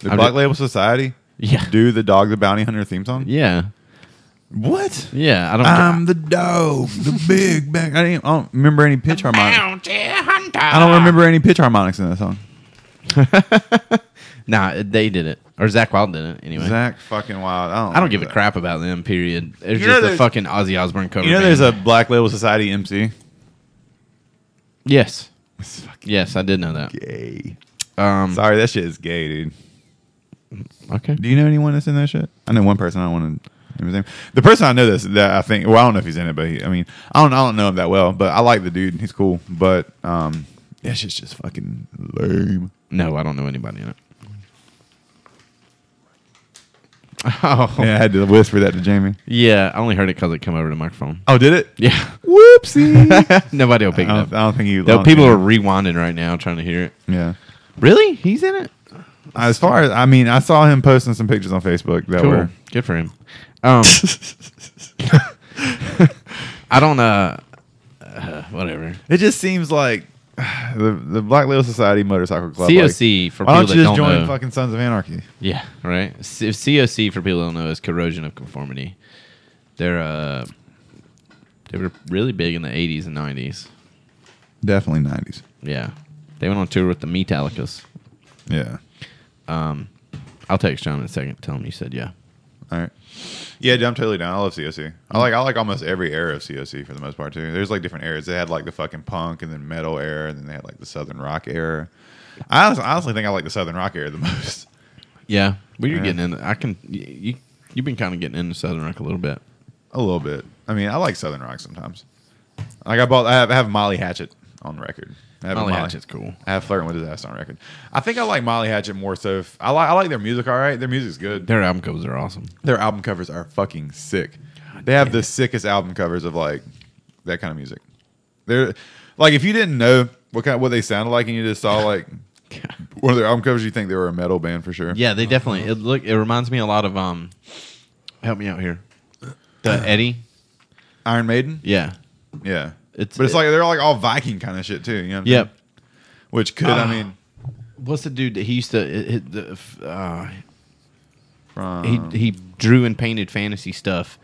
[SPEAKER 2] the
[SPEAKER 3] I'm
[SPEAKER 2] Black
[SPEAKER 3] ju-
[SPEAKER 2] Label Society.
[SPEAKER 3] Yeah.
[SPEAKER 2] Do the dog the bounty hunter theme song?
[SPEAKER 3] Yeah.
[SPEAKER 2] What?
[SPEAKER 3] Yeah. I don't
[SPEAKER 2] I'm the dog, the big bang. I, didn't, I don't remember any pitch harmonics.
[SPEAKER 3] care.
[SPEAKER 2] I don't remember any pitch harmonics in that song.
[SPEAKER 3] Nah, they did it. Or Zach Wild did it anyway.
[SPEAKER 2] Zach fucking wild. I don't.
[SPEAKER 3] I don't give a
[SPEAKER 2] that.
[SPEAKER 3] crap about them, period. It's
[SPEAKER 2] know
[SPEAKER 3] just a
[SPEAKER 2] there's-
[SPEAKER 3] fucking Ozzy Osbourne cover.
[SPEAKER 2] You know,
[SPEAKER 3] band.
[SPEAKER 2] there's a Black Label Society MC.
[SPEAKER 3] Yes. Yes, I did know that.
[SPEAKER 2] Gay.
[SPEAKER 3] Um,
[SPEAKER 2] Sorry, that shit is gay, dude.
[SPEAKER 3] okay.
[SPEAKER 2] Do you know anyone that's in that shit? I know one person. I don't want to. His name. The person I know that's that I think. Well, I don't know if he's in it, but he, I mean, I don't. I don't know him that well, but I like the dude. He's cool, but um, that shit's just fucking lame.
[SPEAKER 3] No, I don't know anybody in it. Oh.
[SPEAKER 2] Yeah, I had to whisper that to Jamie.
[SPEAKER 3] Yeah, I only heard it because it came over the microphone.
[SPEAKER 2] Oh, did it?
[SPEAKER 3] Yeah.
[SPEAKER 2] Whoopsie.
[SPEAKER 3] Nobody will
[SPEAKER 2] I
[SPEAKER 3] pick it
[SPEAKER 2] don't, I
[SPEAKER 3] up.
[SPEAKER 2] don't think you. I
[SPEAKER 3] Though
[SPEAKER 2] don't
[SPEAKER 3] people are
[SPEAKER 2] think
[SPEAKER 3] rewinding right now trying to hear it.
[SPEAKER 2] you- Yeah.
[SPEAKER 3] Really? He's in it?
[SPEAKER 2] As far as I mean, I saw him posting some pictures on Facebook that were.
[SPEAKER 3] Good for him. Um, I don't uh, uh whatever.
[SPEAKER 2] It just seems like the the Black Label Society Motorcycle Club. like,
[SPEAKER 3] COC for
[SPEAKER 2] why
[SPEAKER 3] people
[SPEAKER 2] don't
[SPEAKER 3] that
[SPEAKER 2] you
[SPEAKER 3] don't
[SPEAKER 2] just join
[SPEAKER 3] know.
[SPEAKER 2] fucking Sons of Anarchy?
[SPEAKER 3] yeah, right. C- if COC for people that don't know is corrosion of conformity. They're uh they were really big in the 80s and 90s.
[SPEAKER 2] Definitely nineties.
[SPEAKER 3] Yeah. They went on tour with the Metallicas.
[SPEAKER 2] Yeah.
[SPEAKER 3] I'll text John in a second tell him you said yeah.
[SPEAKER 2] All right. Yeah, dude, I'm totally down. I love COC. I like I like almost every era of COC for the most part too. There's like different eras. They had like the fucking punk and then metal era, and then they had like the southern rock era. I honestly, honestly think I like the southern rock era the most.
[SPEAKER 3] Yeah. Well, you're
[SPEAKER 2] Yeah.
[SPEAKER 3] getting in I can you, you you've been kind of getting into southern rock a little bit.
[SPEAKER 2] a little bit. I mean, I like Southern rock sometimes. Like I bought, I have, I have Molly Hatchet on record. I have a
[SPEAKER 3] Molly Hatchet's cool.
[SPEAKER 2] I have flirting with disaster on record. I think I like Molly Hatchet more so. If, I like I like their music. All right, their music's good.
[SPEAKER 3] Their album covers are awesome.
[SPEAKER 2] Their album covers are fucking sick. They have the sickest album covers of like that kind of music. They're like if you didn't know what kind of, what they sounded like and you just saw like one of their album covers, you think they were a metal band for sure.
[SPEAKER 3] Yeah, they definitely. It look. It reminds me a lot of um. Help me out here. The Eddie.
[SPEAKER 2] Iron Maiden.
[SPEAKER 3] Yeah.
[SPEAKER 2] Yeah.
[SPEAKER 3] It's-
[SPEAKER 2] but it's like they're like all Viking kind of shit too. You know. what I'm
[SPEAKER 3] Yep. Ah.
[SPEAKER 2] saying? Which could I mean
[SPEAKER 3] What's the dude that he used to? It, it, the, f- uh,
[SPEAKER 2] from
[SPEAKER 3] he he drew and painted fantasy stuff,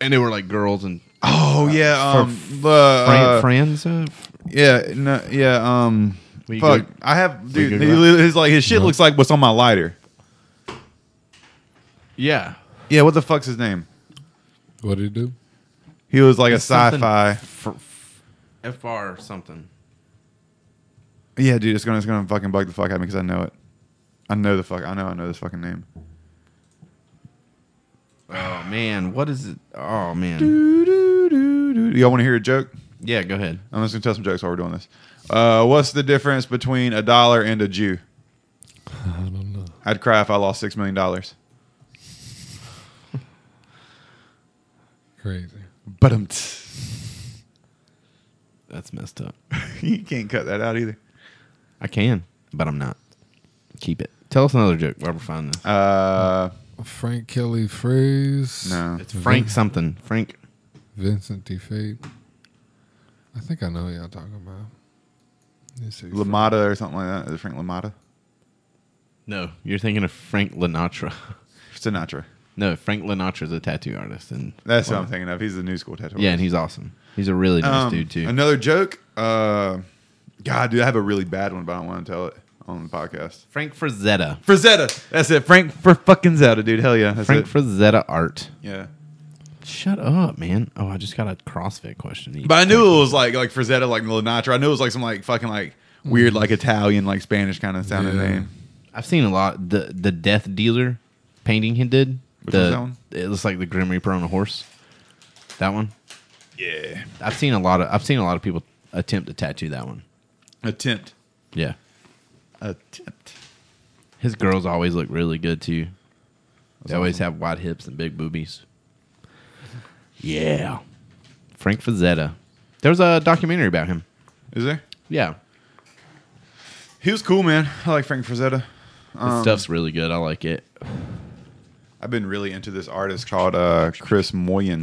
[SPEAKER 3] and they were like girls and
[SPEAKER 2] oh yeah um the
[SPEAKER 3] fran-
[SPEAKER 2] uh,
[SPEAKER 3] friends. Uh,
[SPEAKER 2] yeah no yeah um
[SPEAKER 3] We
[SPEAKER 2] fuck
[SPEAKER 3] good?
[SPEAKER 2] I have dude
[SPEAKER 3] good
[SPEAKER 2] he,
[SPEAKER 3] with
[SPEAKER 2] his like his shit looks like what's on my lighter.
[SPEAKER 3] yeah.
[SPEAKER 2] Yeah, what the fuck's his name?
[SPEAKER 1] What did he do?
[SPEAKER 2] He was like a
[SPEAKER 3] something-
[SPEAKER 2] sci-fi.
[SPEAKER 3] Fr or something.
[SPEAKER 2] Yeah, dude, it's gonna it's gonna fucking bug the fuck out of me because I know it. I know the fuck. I know I know this fucking name.
[SPEAKER 3] Oh man, what is it? Oh man.
[SPEAKER 2] Do y'all want to hear a joke?
[SPEAKER 3] Yeah, go ahead.
[SPEAKER 2] I'm just gonna tell some jokes while we're doing this. Uh, what's the difference between a dollar and a Jew?
[SPEAKER 1] I don't know.
[SPEAKER 2] I'd cry if I lost six million dollars.
[SPEAKER 1] Crazy.
[SPEAKER 2] But um,
[SPEAKER 3] That's messed up.
[SPEAKER 2] you can't cut that out either.
[SPEAKER 3] I can, but I'm not. Keep it. Tell us another joke while we're finding this.
[SPEAKER 2] Uh,
[SPEAKER 1] Frank Kelly Freeze.
[SPEAKER 2] no.
[SPEAKER 3] It's Frank something. Frank.
[SPEAKER 1] Vincent Defate. I think I know who y'all talking about. Let's see.
[SPEAKER 2] Lamada or something like that. Is it Frank Lamada?
[SPEAKER 3] No, you're thinking of Frank Sinatra.
[SPEAKER 2] Sinatra.
[SPEAKER 3] No, Frank Linatra's a tattoo artist, and
[SPEAKER 2] That's what I'm thinking of. He's the new school tattoo.
[SPEAKER 3] yeah, and he's awesome. He's a really nice
[SPEAKER 2] Um,
[SPEAKER 3] dude too.
[SPEAKER 2] Another joke. Uh, God, dude, I have a really bad one, but I don't want to tell it on the podcast.
[SPEAKER 3] Frank Frazetta.
[SPEAKER 2] Frazetta. That's it. Frank for fucking Zetta, dude. Hell yeah. That's
[SPEAKER 3] Frank
[SPEAKER 2] it.
[SPEAKER 3] Frazetta art.
[SPEAKER 2] yeah.
[SPEAKER 3] Shut up, man. Oh, I just got a CrossFit question.
[SPEAKER 2] But I knew it was like like Frazetta, like Lenatra. I knew it was like some like fucking like weird like Italian like Spanish kind of sounding
[SPEAKER 1] Yeah.
[SPEAKER 2] name.
[SPEAKER 3] I've seen a lot the the Death Dealer painting he did.
[SPEAKER 2] Which
[SPEAKER 3] the,
[SPEAKER 2] one's that one?
[SPEAKER 3] It looks like the Grim Reaper on a horse. That one.
[SPEAKER 2] Yeah.
[SPEAKER 3] I've seen a lot of I've seen a lot of people attempt to tattoo that one.
[SPEAKER 2] Attempt.
[SPEAKER 3] Yeah.
[SPEAKER 2] Attempt.
[SPEAKER 3] His girls always look really good too. They always have wide hips and big boobies. Yeah. Frank Fazetta. There was a documentary about him.
[SPEAKER 2] Is there?
[SPEAKER 3] Yeah.
[SPEAKER 2] He was cool, man. I like Frank Frazetta.
[SPEAKER 3] His
[SPEAKER 2] Um,
[SPEAKER 3] stuff's really good. I like it.
[SPEAKER 2] I've been really into this artist called uh, Chris Moyen.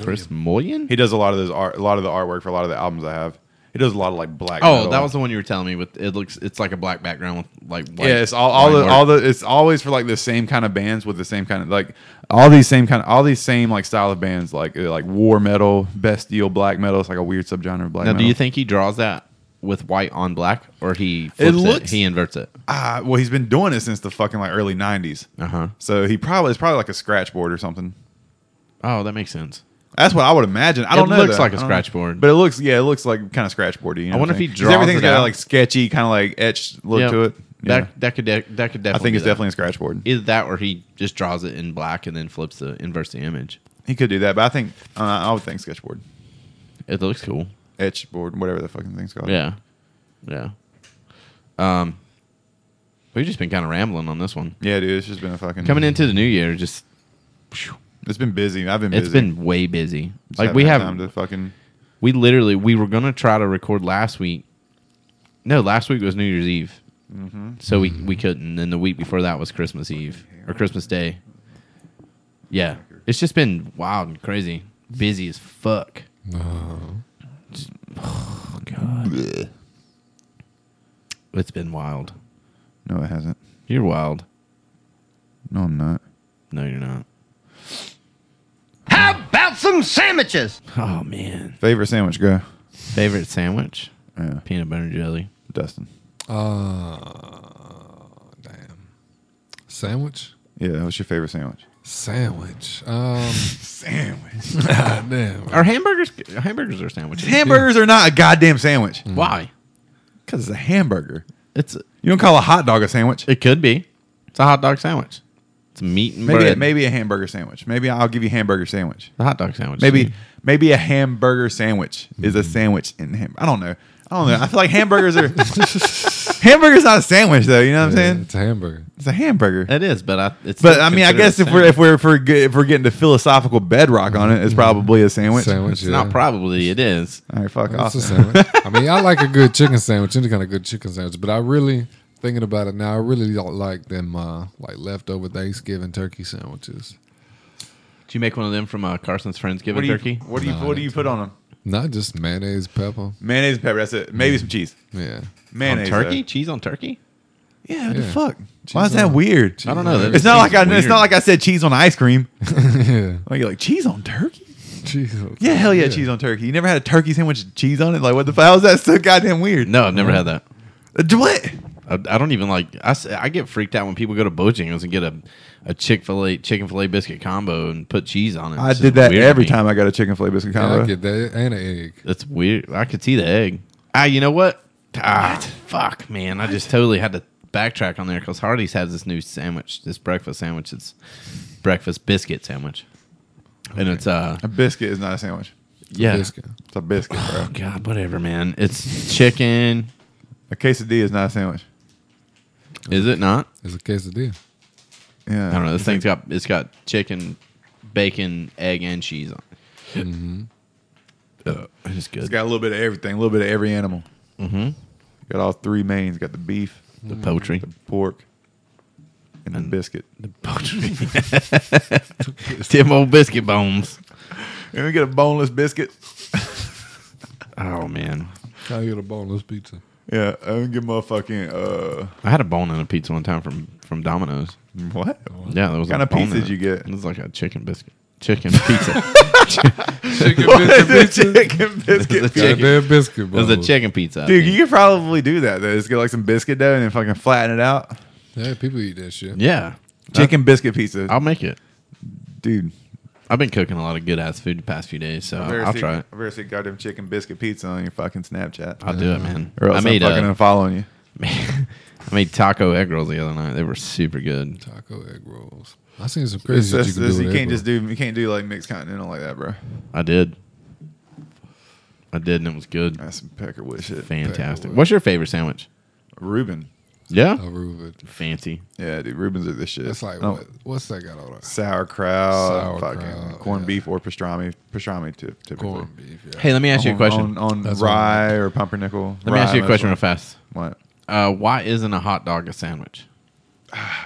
[SPEAKER 3] Chris Moyen?
[SPEAKER 2] He does a lot of those art, a lot of the artwork for a lot of the albums I have. He does a lot of like black.
[SPEAKER 3] Oh,
[SPEAKER 2] metal.
[SPEAKER 3] that was the one you were telling me with it looks it's like a black background with like white.
[SPEAKER 2] yeah, it's all, all
[SPEAKER 3] line
[SPEAKER 2] the
[SPEAKER 3] art.
[SPEAKER 2] all the it's always for like the same kind of bands with the same kind of like all these same kind of all these same like style of bands like uh, like war metal, bestial black metal. It's like a weird subgenre of black
[SPEAKER 3] Now do
[SPEAKER 2] metal.
[SPEAKER 3] you think he draws that with white on black or he
[SPEAKER 2] It
[SPEAKER 3] flips it,
[SPEAKER 2] looks-
[SPEAKER 3] he inverts it?
[SPEAKER 2] Ah, well, he's been doing it since the fucking like early '90s.
[SPEAKER 3] Uh-huh.
[SPEAKER 2] So he probably it's probably like a scratch board or something.
[SPEAKER 3] Oh, that makes sense.
[SPEAKER 2] That's what I would imagine. I
[SPEAKER 3] It
[SPEAKER 2] don't know.
[SPEAKER 3] looks
[SPEAKER 2] though.
[SPEAKER 3] like a
[SPEAKER 2] I don't know.
[SPEAKER 3] scratch board.
[SPEAKER 2] but it looks yeah, it looks like kind of scratch boardy. You know
[SPEAKER 3] I wonder
[SPEAKER 2] what I'm
[SPEAKER 3] if he
[SPEAKER 2] saying? 'Cause
[SPEAKER 3] draws
[SPEAKER 2] everything's
[SPEAKER 3] it
[SPEAKER 2] got
[SPEAKER 3] out.
[SPEAKER 2] like sketchy kind of like etched look
[SPEAKER 3] Yeah.
[SPEAKER 2] to it. Yeah.
[SPEAKER 3] That that could de- that could
[SPEAKER 2] I
[SPEAKER 3] definitely
[SPEAKER 2] think it's
[SPEAKER 3] be that.
[SPEAKER 2] definitely a scratch board.
[SPEAKER 3] either that or he just draws it in black and then flips the inverts the image.
[SPEAKER 2] He could do that, but I think uh, I would think sketchboard,
[SPEAKER 3] It looks cool.
[SPEAKER 2] etch board, whatever the fucking thing's called.
[SPEAKER 3] Yeah, yeah. Um, we've just been kind of rambling on this one.
[SPEAKER 2] Yeah, dude, it's just been a fucking
[SPEAKER 3] Coming into the new year, just
[SPEAKER 2] It's been busy. I've been busy.
[SPEAKER 3] it's been way busy.
[SPEAKER 2] Just
[SPEAKER 3] like
[SPEAKER 2] haven't
[SPEAKER 3] we
[SPEAKER 2] had
[SPEAKER 3] have,
[SPEAKER 2] time to fucking
[SPEAKER 3] we literally we were gonna try to record last week. No, last week was New Year's Eve, so we we couldn't. And the week before that was Christmas Eve or Christmas Day. Yeah, it's just been wild and crazy, busy as fuck.
[SPEAKER 1] No.
[SPEAKER 3] Oh god, it's been wild.
[SPEAKER 2] No, it hasn't.
[SPEAKER 3] You're wild.
[SPEAKER 2] No, I'm not.
[SPEAKER 3] No, you're not.
[SPEAKER 6] How about some sandwiches?
[SPEAKER 3] Oh man,
[SPEAKER 2] Favorite sandwich, go.
[SPEAKER 3] favorite sandwich?
[SPEAKER 2] Yeah,
[SPEAKER 3] Peanut butter and jelly.
[SPEAKER 2] Dustin.
[SPEAKER 1] Uh, damn. Sandwich?
[SPEAKER 2] Yeah, what's your favorite sandwich?
[SPEAKER 1] Sandwich. Um,
[SPEAKER 2] Sandwich.
[SPEAKER 1] damn.
[SPEAKER 3] Are hamburgers hamburgers are sandwiches?
[SPEAKER 2] Hamburgers are not a goddamn sandwich
[SPEAKER 3] Why?
[SPEAKER 2] because it's a hamburger.
[SPEAKER 3] It's
[SPEAKER 2] You don't call a hot dog a sandwich.
[SPEAKER 3] it could be. It's a hot dog sandwich. It's It's meat and
[SPEAKER 2] Maybe
[SPEAKER 3] bread.
[SPEAKER 2] maybe a hamburger sandwich. Maybe I'll give you hamburger sandwich.
[SPEAKER 3] the hot dog sandwich.
[SPEAKER 2] Maybe maybe a hamburger sandwich is
[SPEAKER 3] Mm-hmm.
[SPEAKER 2] a sandwich in ham. I don't know. I don't know. I feel like hamburgers are hamburgers not a sandwich though. You know what I'm saying?
[SPEAKER 1] It's a hamburger.
[SPEAKER 2] It's a hamburger.
[SPEAKER 3] it is, but I. It's
[SPEAKER 2] But
[SPEAKER 3] still
[SPEAKER 2] I mean, I
[SPEAKER 3] considered
[SPEAKER 2] guess
[SPEAKER 3] a
[SPEAKER 2] if we're
[SPEAKER 3] sandwich. Mm-hmm.
[SPEAKER 2] if we're if we're, ge- if we're getting to philosophical bedrock on it, it's probably a sandwich.
[SPEAKER 1] Sandwich.
[SPEAKER 3] it's not probably it is.
[SPEAKER 2] All right, fuck off.
[SPEAKER 1] It's a sandwich. I mean, I like a good chicken sandwich, any kind of good chicken sandwich. But I really thinking about it now, I really don't like them uh, like leftover Thanksgiving turkey sandwiches.
[SPEAKER 3] Did you make one of them from uh, Carson's friends
[SPEAKER 2] What
[SPEAKER 3] giving
[SPEAKER 2] do you
[SPEAKER 3] turkey?
[SPEAKER 2] what do you what do you put on them?
[SPEAKER 1] Not just mayonnaise, pepper.
[SPEAKER 2] Mayonnaise, and pepper. That's it.
[SPEAKER 3] Mm.
[SPEAKER 2] Maybe some cheese.
[SPEAKER 1] Yeah,
[SPEAKER 2] Mayonnaise,
[SPEAKER 3] on turkey?
[SPEAKER 2] though.
[SPEAKER 3] Cheese on turkey?
[SPEAKER 2] Yeah. What the
[SPEAKER 1] Yeah.
[SPEAKER 2] fuck? Why is
[SPEAKER 1] on-
[SPEAKER 2] that weird?
[SPEAKER 3] I don't know.
[SPEAKER 1] on
[SPEAKER 3] That
[SPEAKER 2] It's not like
[SPEAKER 3] seems
[SPEAKER 2] I. It's
[SPEAKER 3] weird.
[SPEAKER 2] not like I said cheese on ice cream.
[SPEAKER 1] yeah.
[SPEAKER 2] Like you're like cheese on turkey?
[SPEAKER 1] Jesus.
[SPEAKER 2] Yeah, hell yeah, cheese on turkey. You never had a turkey sandwich with cheese on it? Like what the fuck? How is that so goddamn weird?
[SPEAKER 3] No, I've never had that.
[SPEAKER 2] Uh, do What?
[SPEAKER 3] I, I don't even like. I, s- I get freaked out when people go to Bojangles and get a, a Chick fil A chicken filet biscuit combo and put cheese on it.
[SPEAKER 2] I
[SPEAKER 3] It's just
[SPEAKER 2] did that
[SPEAKER 3] weird to
[SPEAKER 2] every
[SPEAKER 3] me.
[SPEAKER 2] time I got a chicken filet biscuit
[SPEAKER 1] Yeah,
[SPEAKER 2] combo.
[SPEAKER 1] I get that and an egg.
[SPEAKER 3] That's weird. I could see the egg. Ah, you know what? Ah, fuck, man. I just totally had to backtrack on there because Hardee's has this new sandwich, this breakfast sandwich. It's breakfast biscuit sandwich, and it's uh,
[SPEAKER 2] a biscuit is not a sandwich.
[SPEAKER 3] yeah. Oh,
[SPEAKER 1] Biscuit.
[SPEAKER 2] It's a biscuit, bro.
[SPEAKER 3] God, whatever, man. It's chicken.
[SPEAKER 2] a quesadilla is not a sandwich.
[SPEAKER 3] Is it not?
[SPEAKER 1] It's a quesadilla.
[SPEAKER 2] Yeah,
[SPEAKER 3] I don't know. This thing's got it's got chicken, bacon, egg, and cheese on. Mm-hmm. it. Uh, it's good.
[SPEAKER 2] It's got a little bit of everything, a little bit of every animal. Mm-hmm. Got all three mains. Got the beef,
[SPEAKER 3] the poultry.
[SPEAKER 2] pork, and the biscuit.
[SPEAKER 3] The poultry. Tim old biscuit bones.
[SPEAKER 2] And we get a boneless biscuit.
[SPEAKER 3] Oh man,
[SPEAKER 1] I get a boneless pizza.
[SPEAKER 2] Yeah, and we get motherfucking uh,
[SPEAKER 3] I had a bone in a pizza one time from from Domino's.
[SPEAKER 2] what?
[SPEAKER 3] Yeah, there was
[SPEAKER 2] What kind
[SPEAKER 3] a
[SPEAKER 2] of
[SPEAKER 3] bone
[SPEAKER 2] pizza
[SPEAKER 3] in
[SPEAKER 2] did
[SPEAKER 3] it.
[SPEAKER 2] you get?
[SPEAKER 3] It was like a chicken biscuit, chicken pizza.
[SPEAKER 1] Chicken
[SPEAKER 2] It's a
[SPEAKER 1] biscuit.
[SPEAKER 3] It
[SPEAKER 2] chicken
[SPEAKER 3] was
[SPEAKER 2] biscuit.
[SPEAKER 3] a chicken.
[SPEAKER 1] Goddamn biscuit.
[SPEAKER 3] It was a
[SPEAKER 1] boneless.
[SPEAKER 3] chicken pizza, I
[SPEAKER 2] Dude,
[SPEAKER 3] think.
[SPEAKER 2] you could probably do that though. Just get like some biscuit dough and then fucking flatten it out.
[SPEAKER 1] Yeah, people eat that shit.
[SPEAKER 3] Yeah,
[SPEAKER 2] Chicken biscuit pizza,
[SPEAKER 3] I'll make it.
[SPEAKER 2] dude.
[SPEAKER 3] I've been cooking a lot of good ass food the past few days, so
[SPEAKER 2] I've never
[SPEAKER 3] I'll
[SPEAKER 2] seen-
[SPEAKER 3] try it.
[SPEAKER 2] I've never seen goddamn chicken biscuit pizza on your fucking Snapchat.
[SPEAKER 3] I'll do it, man.
[SPEAKER 2] or else
[SPEAKER 3] I made
[SPEAKER 2] am fucking
[SPEAKER 3] uh,
[SPEAKER 2] unfollowing you.
[SPEAKER 3] I made taco egg rolls the other night. They were super good.
[SPEAKER 1] Taco egg rolls. I seen some
[SPEAKER 2] It's
[SPEAKER 1] crazy shit you
[SPEAKER 2] just-
[SPEAKER 1] can
[SPEAKER 2] this-
[SPEAKER 1] do.
[SPEAKER 2] you
[SPEAKER 1] with egg
[SPEAKER 2] can't just
[SPEAKER 1] rolls.
[SPEAKER 2] do you can't do like mixed continental like that, bro.
[SPEAKER 3] I did. I did, and it was good.
[SPEAKER 2] That's some peckerwood Oh, shit.
[SPEAKER 3] Fantastic. What's your favorite sandwich?
[SPEAKER 2] Reuben.
[SPEAKER 3] Yeah,
[SPEAKER 2] Oh.
[SPEAKER 1] I rule it.
[SPEAKER 3] fancy.
[SPEAKER 2] Yeah, dude, Rubens are this shit.
[SPEAKER 1] It's like
[SPEAKER 2] Oh,
[SPEAKER 1] what, what's that got on it?
[SPEAKER 2] sauerkraut, fucking
[SPEAKER 1] Sauerkraut,
[SPEAKER 2] corned
[SPEAKER 1] yeah.
[SPEAKER 2] beef or pastrami. Pastrami, ty- typically.
[SPEAKER 1] Corned beef. Yeah.
[SPEAKER 3] Hey, let me ask you a
[SPEAKER 2] On-
[SPEAKER 3] question.
[SPEAKER 2] on, on
[SPEAKER 1] That's
[SPEAKER 2] rye or pumpernickel.
[SPEAKER 3] let me ask you a question real fast.
[SPEAKER 2] What?
[SPEAKER 3] Uh, why isn't a hot dog a sandwich?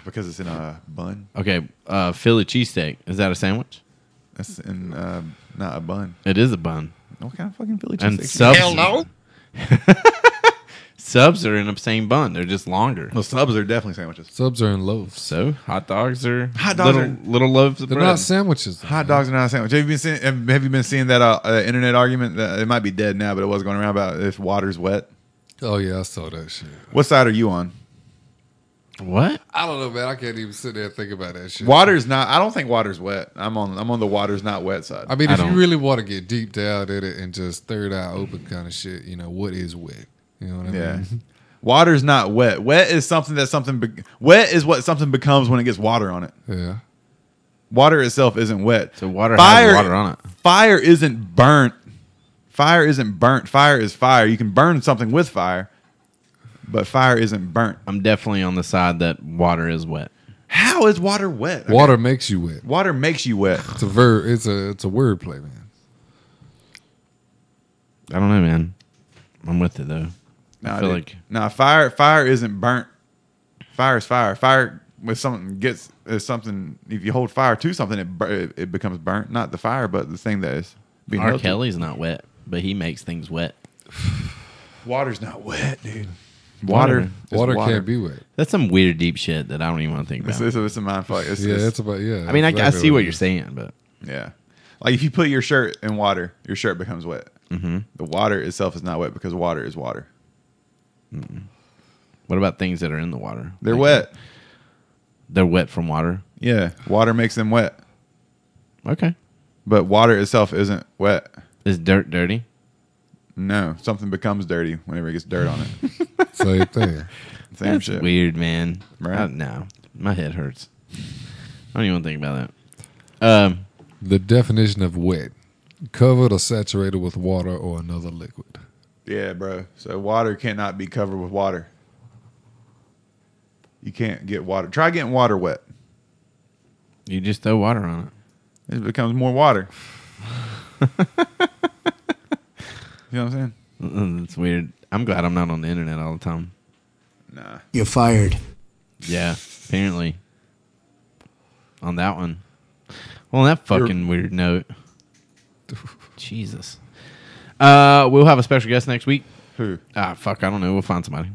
[SPEAKER 2] Because it's in a bun.
[SPEAKER 3] Okay, uh, Philly cheesesteak is that a sandwich?
[SPEAKER 2] That's in uh, not a bun.
[SPEAKER 3] It is a bun.
[SPEAKER 2] What kind of fucking Philly
[SPEAKER 3] And
[SPEAKER 2] cheesesteak?
[SPEAKER 3] subs,
[SPEAKER 6] Hell no.
[SPEAKER 3] subs are in the same bun. They're just longer.
[SPEAKER 2] well, subs are definitely sandwiches.
[SPEAKER 1] Subs are in loaves.
[SPEAKER 3] So hot dogs are
[SPEAKER 2] Hot dogs
[SPEAKER 3] little,
[SPEAKER 2] are-
[SPEAKER 3] little loaves of
[SPEAKER 1] They're
[SPEAKER 3] bread.
[SPEAKER 1] not sandwiches.
[SPEAKER 2] Hot dogs are not a sandwich. Have you been seeing? Have have you been seeing that uh, uh, internet argument? That it might be dead now, but it was going around about if water's wet.
[SPEAKER 1] Oh yeah, I saw that shit.
[SPEAKER 2] What side are you on?
[SPEAKER 3] what?
[SPEAKER 1] I don't know, man. I can't even sit there and think about that shit.
[SPEAKER 2] Water's not. I don't think water's wet. I'm on. I'm on the water's not wet side.
[SPEAKER 1] I mean,
[SPEAKER 3] I
[SPEAKER 1] if
[SPEAKER 3] don't-
[SPEAKER 1] you really want to get deep down at it and just third eye open kind of shit, you know what is wet. You know what I
[SPEAKER 2] Yeah.
[SPEAKER 1] mean?
[SPEAKER 2] Water's not wet. Wet is something that something be- wet is what something becomes when it gets water on it.
[SPEAKER 1] Yeah.
[SPEAKER 2] Water itself isn't wet.
[SPEAKER 3] So water has water on it.
[SPEAKER 2] Fire isn't burnt. Fire isn't burnt. Fire is fire. You can burn something with fire, but fire isn't burnt.
[SPEAKER 3] I'm definitely on the side that water is wet.
[SPEAKER 2] How is water wet? Okay.
[SPEAKER 1] Water makes you wet.
[SPEAKER 2] Water makes you wet.
[SPEAKER 1] It's a verb. It's a it's a word play, man.
[SPEAKER 3] I don't know, man. I'm with it though.
[SPEAKER 2] Nah,
[SPEAKER 3] I feel
[SPEAKER 2] dude.
[SPEAKER 3] like
[SPEAKER 2] nah. Fire fire isn't burnt. Fire is fire. Fire with something gets is something. If you hold fire to something, it bur- it, it becomes burnt. Not the fire, but the thing that is being
[SPEAKER 3] R.
[SPEAKER 2] held to.
[SPEAKER 3] Kelly's not wet, but he makes things wet.
[SPEAKER 2] Water's not wet, dude. Water, is
[SPEAKER 1] Water, can't be wet.
[SPEAKER 3] That's some weird deep shit that I don't even want to think
[SPEAKER 2] It's,
[SPEAKER 3] about.
[SPEAKER 2] it's, it's a mind fuck. It's,
[SPEAKER 1] Yeah,
[SPEAKER 2] it's-
[SPEAKER 1] that's about yeah.
[SPEAKER 3] I mean, I, I
[SPEAKER 1] exactly
[SPEAKER 3] see what
[SPEAKER 1] it
[SPEAKER 3] you're
[SPEAKER 1] is.
[SPEAKER 3] saying, but
[SPEAKER 2] yeah. Like if you put your shirt in water, your shirt becomes wet. Mm-hmm. The water itself is not wet because water is water.
[SPEAKER 3] what about things that are in the water?
[SPEAKER 2] They're
[SPEAKER 3] Like,
[SPEAKER 2] wet.
[SPEAKER 3] They're wet from water.
[SPEAKER 2] Yeah, water makes them wet,
[SPEAKER 3] Okay.
[SPEAKER 2] but water itself isn't wet.
[SPEAKER 3] Is dirt dirty?
[SPEAKER 2] No, something becomes dirty whenever it gets dirt on it.
[SPEAKER 1] Same thing.
[SPEAKER 2] Same
[SPEAKER 3] That's
[SPEAKER 2] shit.
[SPEAKER 3] weird, man.
[SPEAKER 2] Right?
[SPEAKER 3] I- no, my head hurts. I don't even want to think about that. Um,
[SPEAKER 1] The definition of wet: covered or saturated with water or another liquid.
[SPEAKER 2] Yeah, bro. So water cannot be covered with water. You can't get water. Try getting water wet.
[SPEAKER 3] you just throw water on it.
[SPEAKER 2] It becomes more water. you know what I'm saying?
[SPEAKER 3] Mm, It's weird. I'm glad I'm not on the internet all the time.
[SPEAKER 2] Nah.
[SPEAKER 7] You're fired.
[SPEAKER 3] Yeah, apparently. On that one. Well, on that fucking weird note. Jesus. Uh, we'll have a special guest next week.
[SPEAKER 2] Who?
[SPEAKER 3] Ah, fuck, I don't know. We'll find somebody.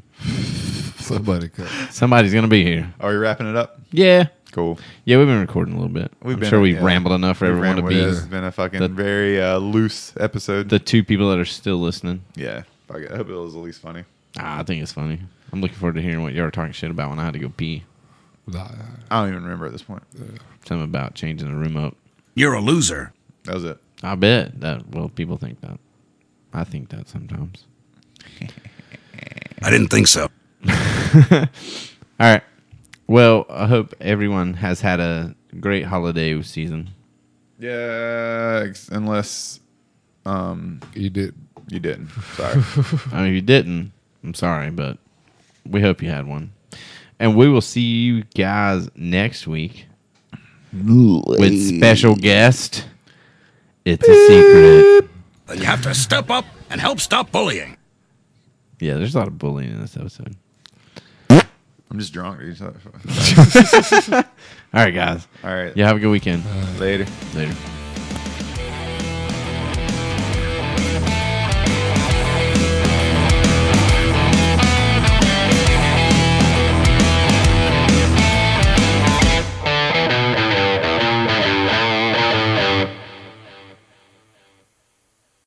[SPEAKER 1] Somebody cut.
[SPEAKER 3] Somebody's gonna be here.
[SPEAKER 2] Are we wrapping it up?
[SPEAKER 3] Yeah,
[SPEAKER 2] Cool.
[SPEAKER 3] yeah. We've been recording a little bit.
[SPEAKER 2] We've
[SPEAKER 3] I'm
[SPEAKER 2] been-
[SPEAKER 3] sure we've
[SPEAKER 2] yeah.
[SPEAKER 3] rambled enough for everyone to
[SPEAKER 2] Rambled.
[SPEAKER 3] be
[SPEAKER 2] This has been a fucking
[SPEAKER 3] the-
[SPEAKER 2] very uh, loose episode.
[SPEAKER 3] the two people that are still listening.
[SPEAKER 2] yeah. Fuck it. I hope it was at least funny.
[SPEAKER 3] Ah, I think it's funny. I'm looking forward to hearing what y'all were talking shit about when I had to go pee.
[SPEAKER 1] Nah,
[SPEAKER 2] I don't even remember at this point.
[SPEAKER 3] Something about changing the room up.
[SPEAKER 4] You're a loser.
[SPEAKER 2] That was it.
[SPEAKER 3] I bet that. Well, people think that. I think that sometimes.
[SPEAKER 4] I didn't think so.
[SPEAKER 3] All right. Well, I hope everyone has had a great holiday season.
[SPEAKER 2] Yeah. ex- Unless
[SPEAKER 1] you did.
[SPEAKER 2] you didn't. Sorry.
[SPEAKER 3] I mean, if you didn't, I'm sorry, but we hope you had one. And we will see you guys next week with special guest. It's a secret.
[SPEAKER 4] You have to step up and help stop bullying.
[SPEAKER 3] Yeah, there's a lot of bullying in this episode.
[SPEAKER 2] I'm just drunk. dude. All
[SPEAKER 3] All right, guys.
[SPEAKER 2] right. Uh-huh.
[SPEAKER 3] You have a good weekend.
[SPEAKER 2] Later.
[SPEAKER 3] Later.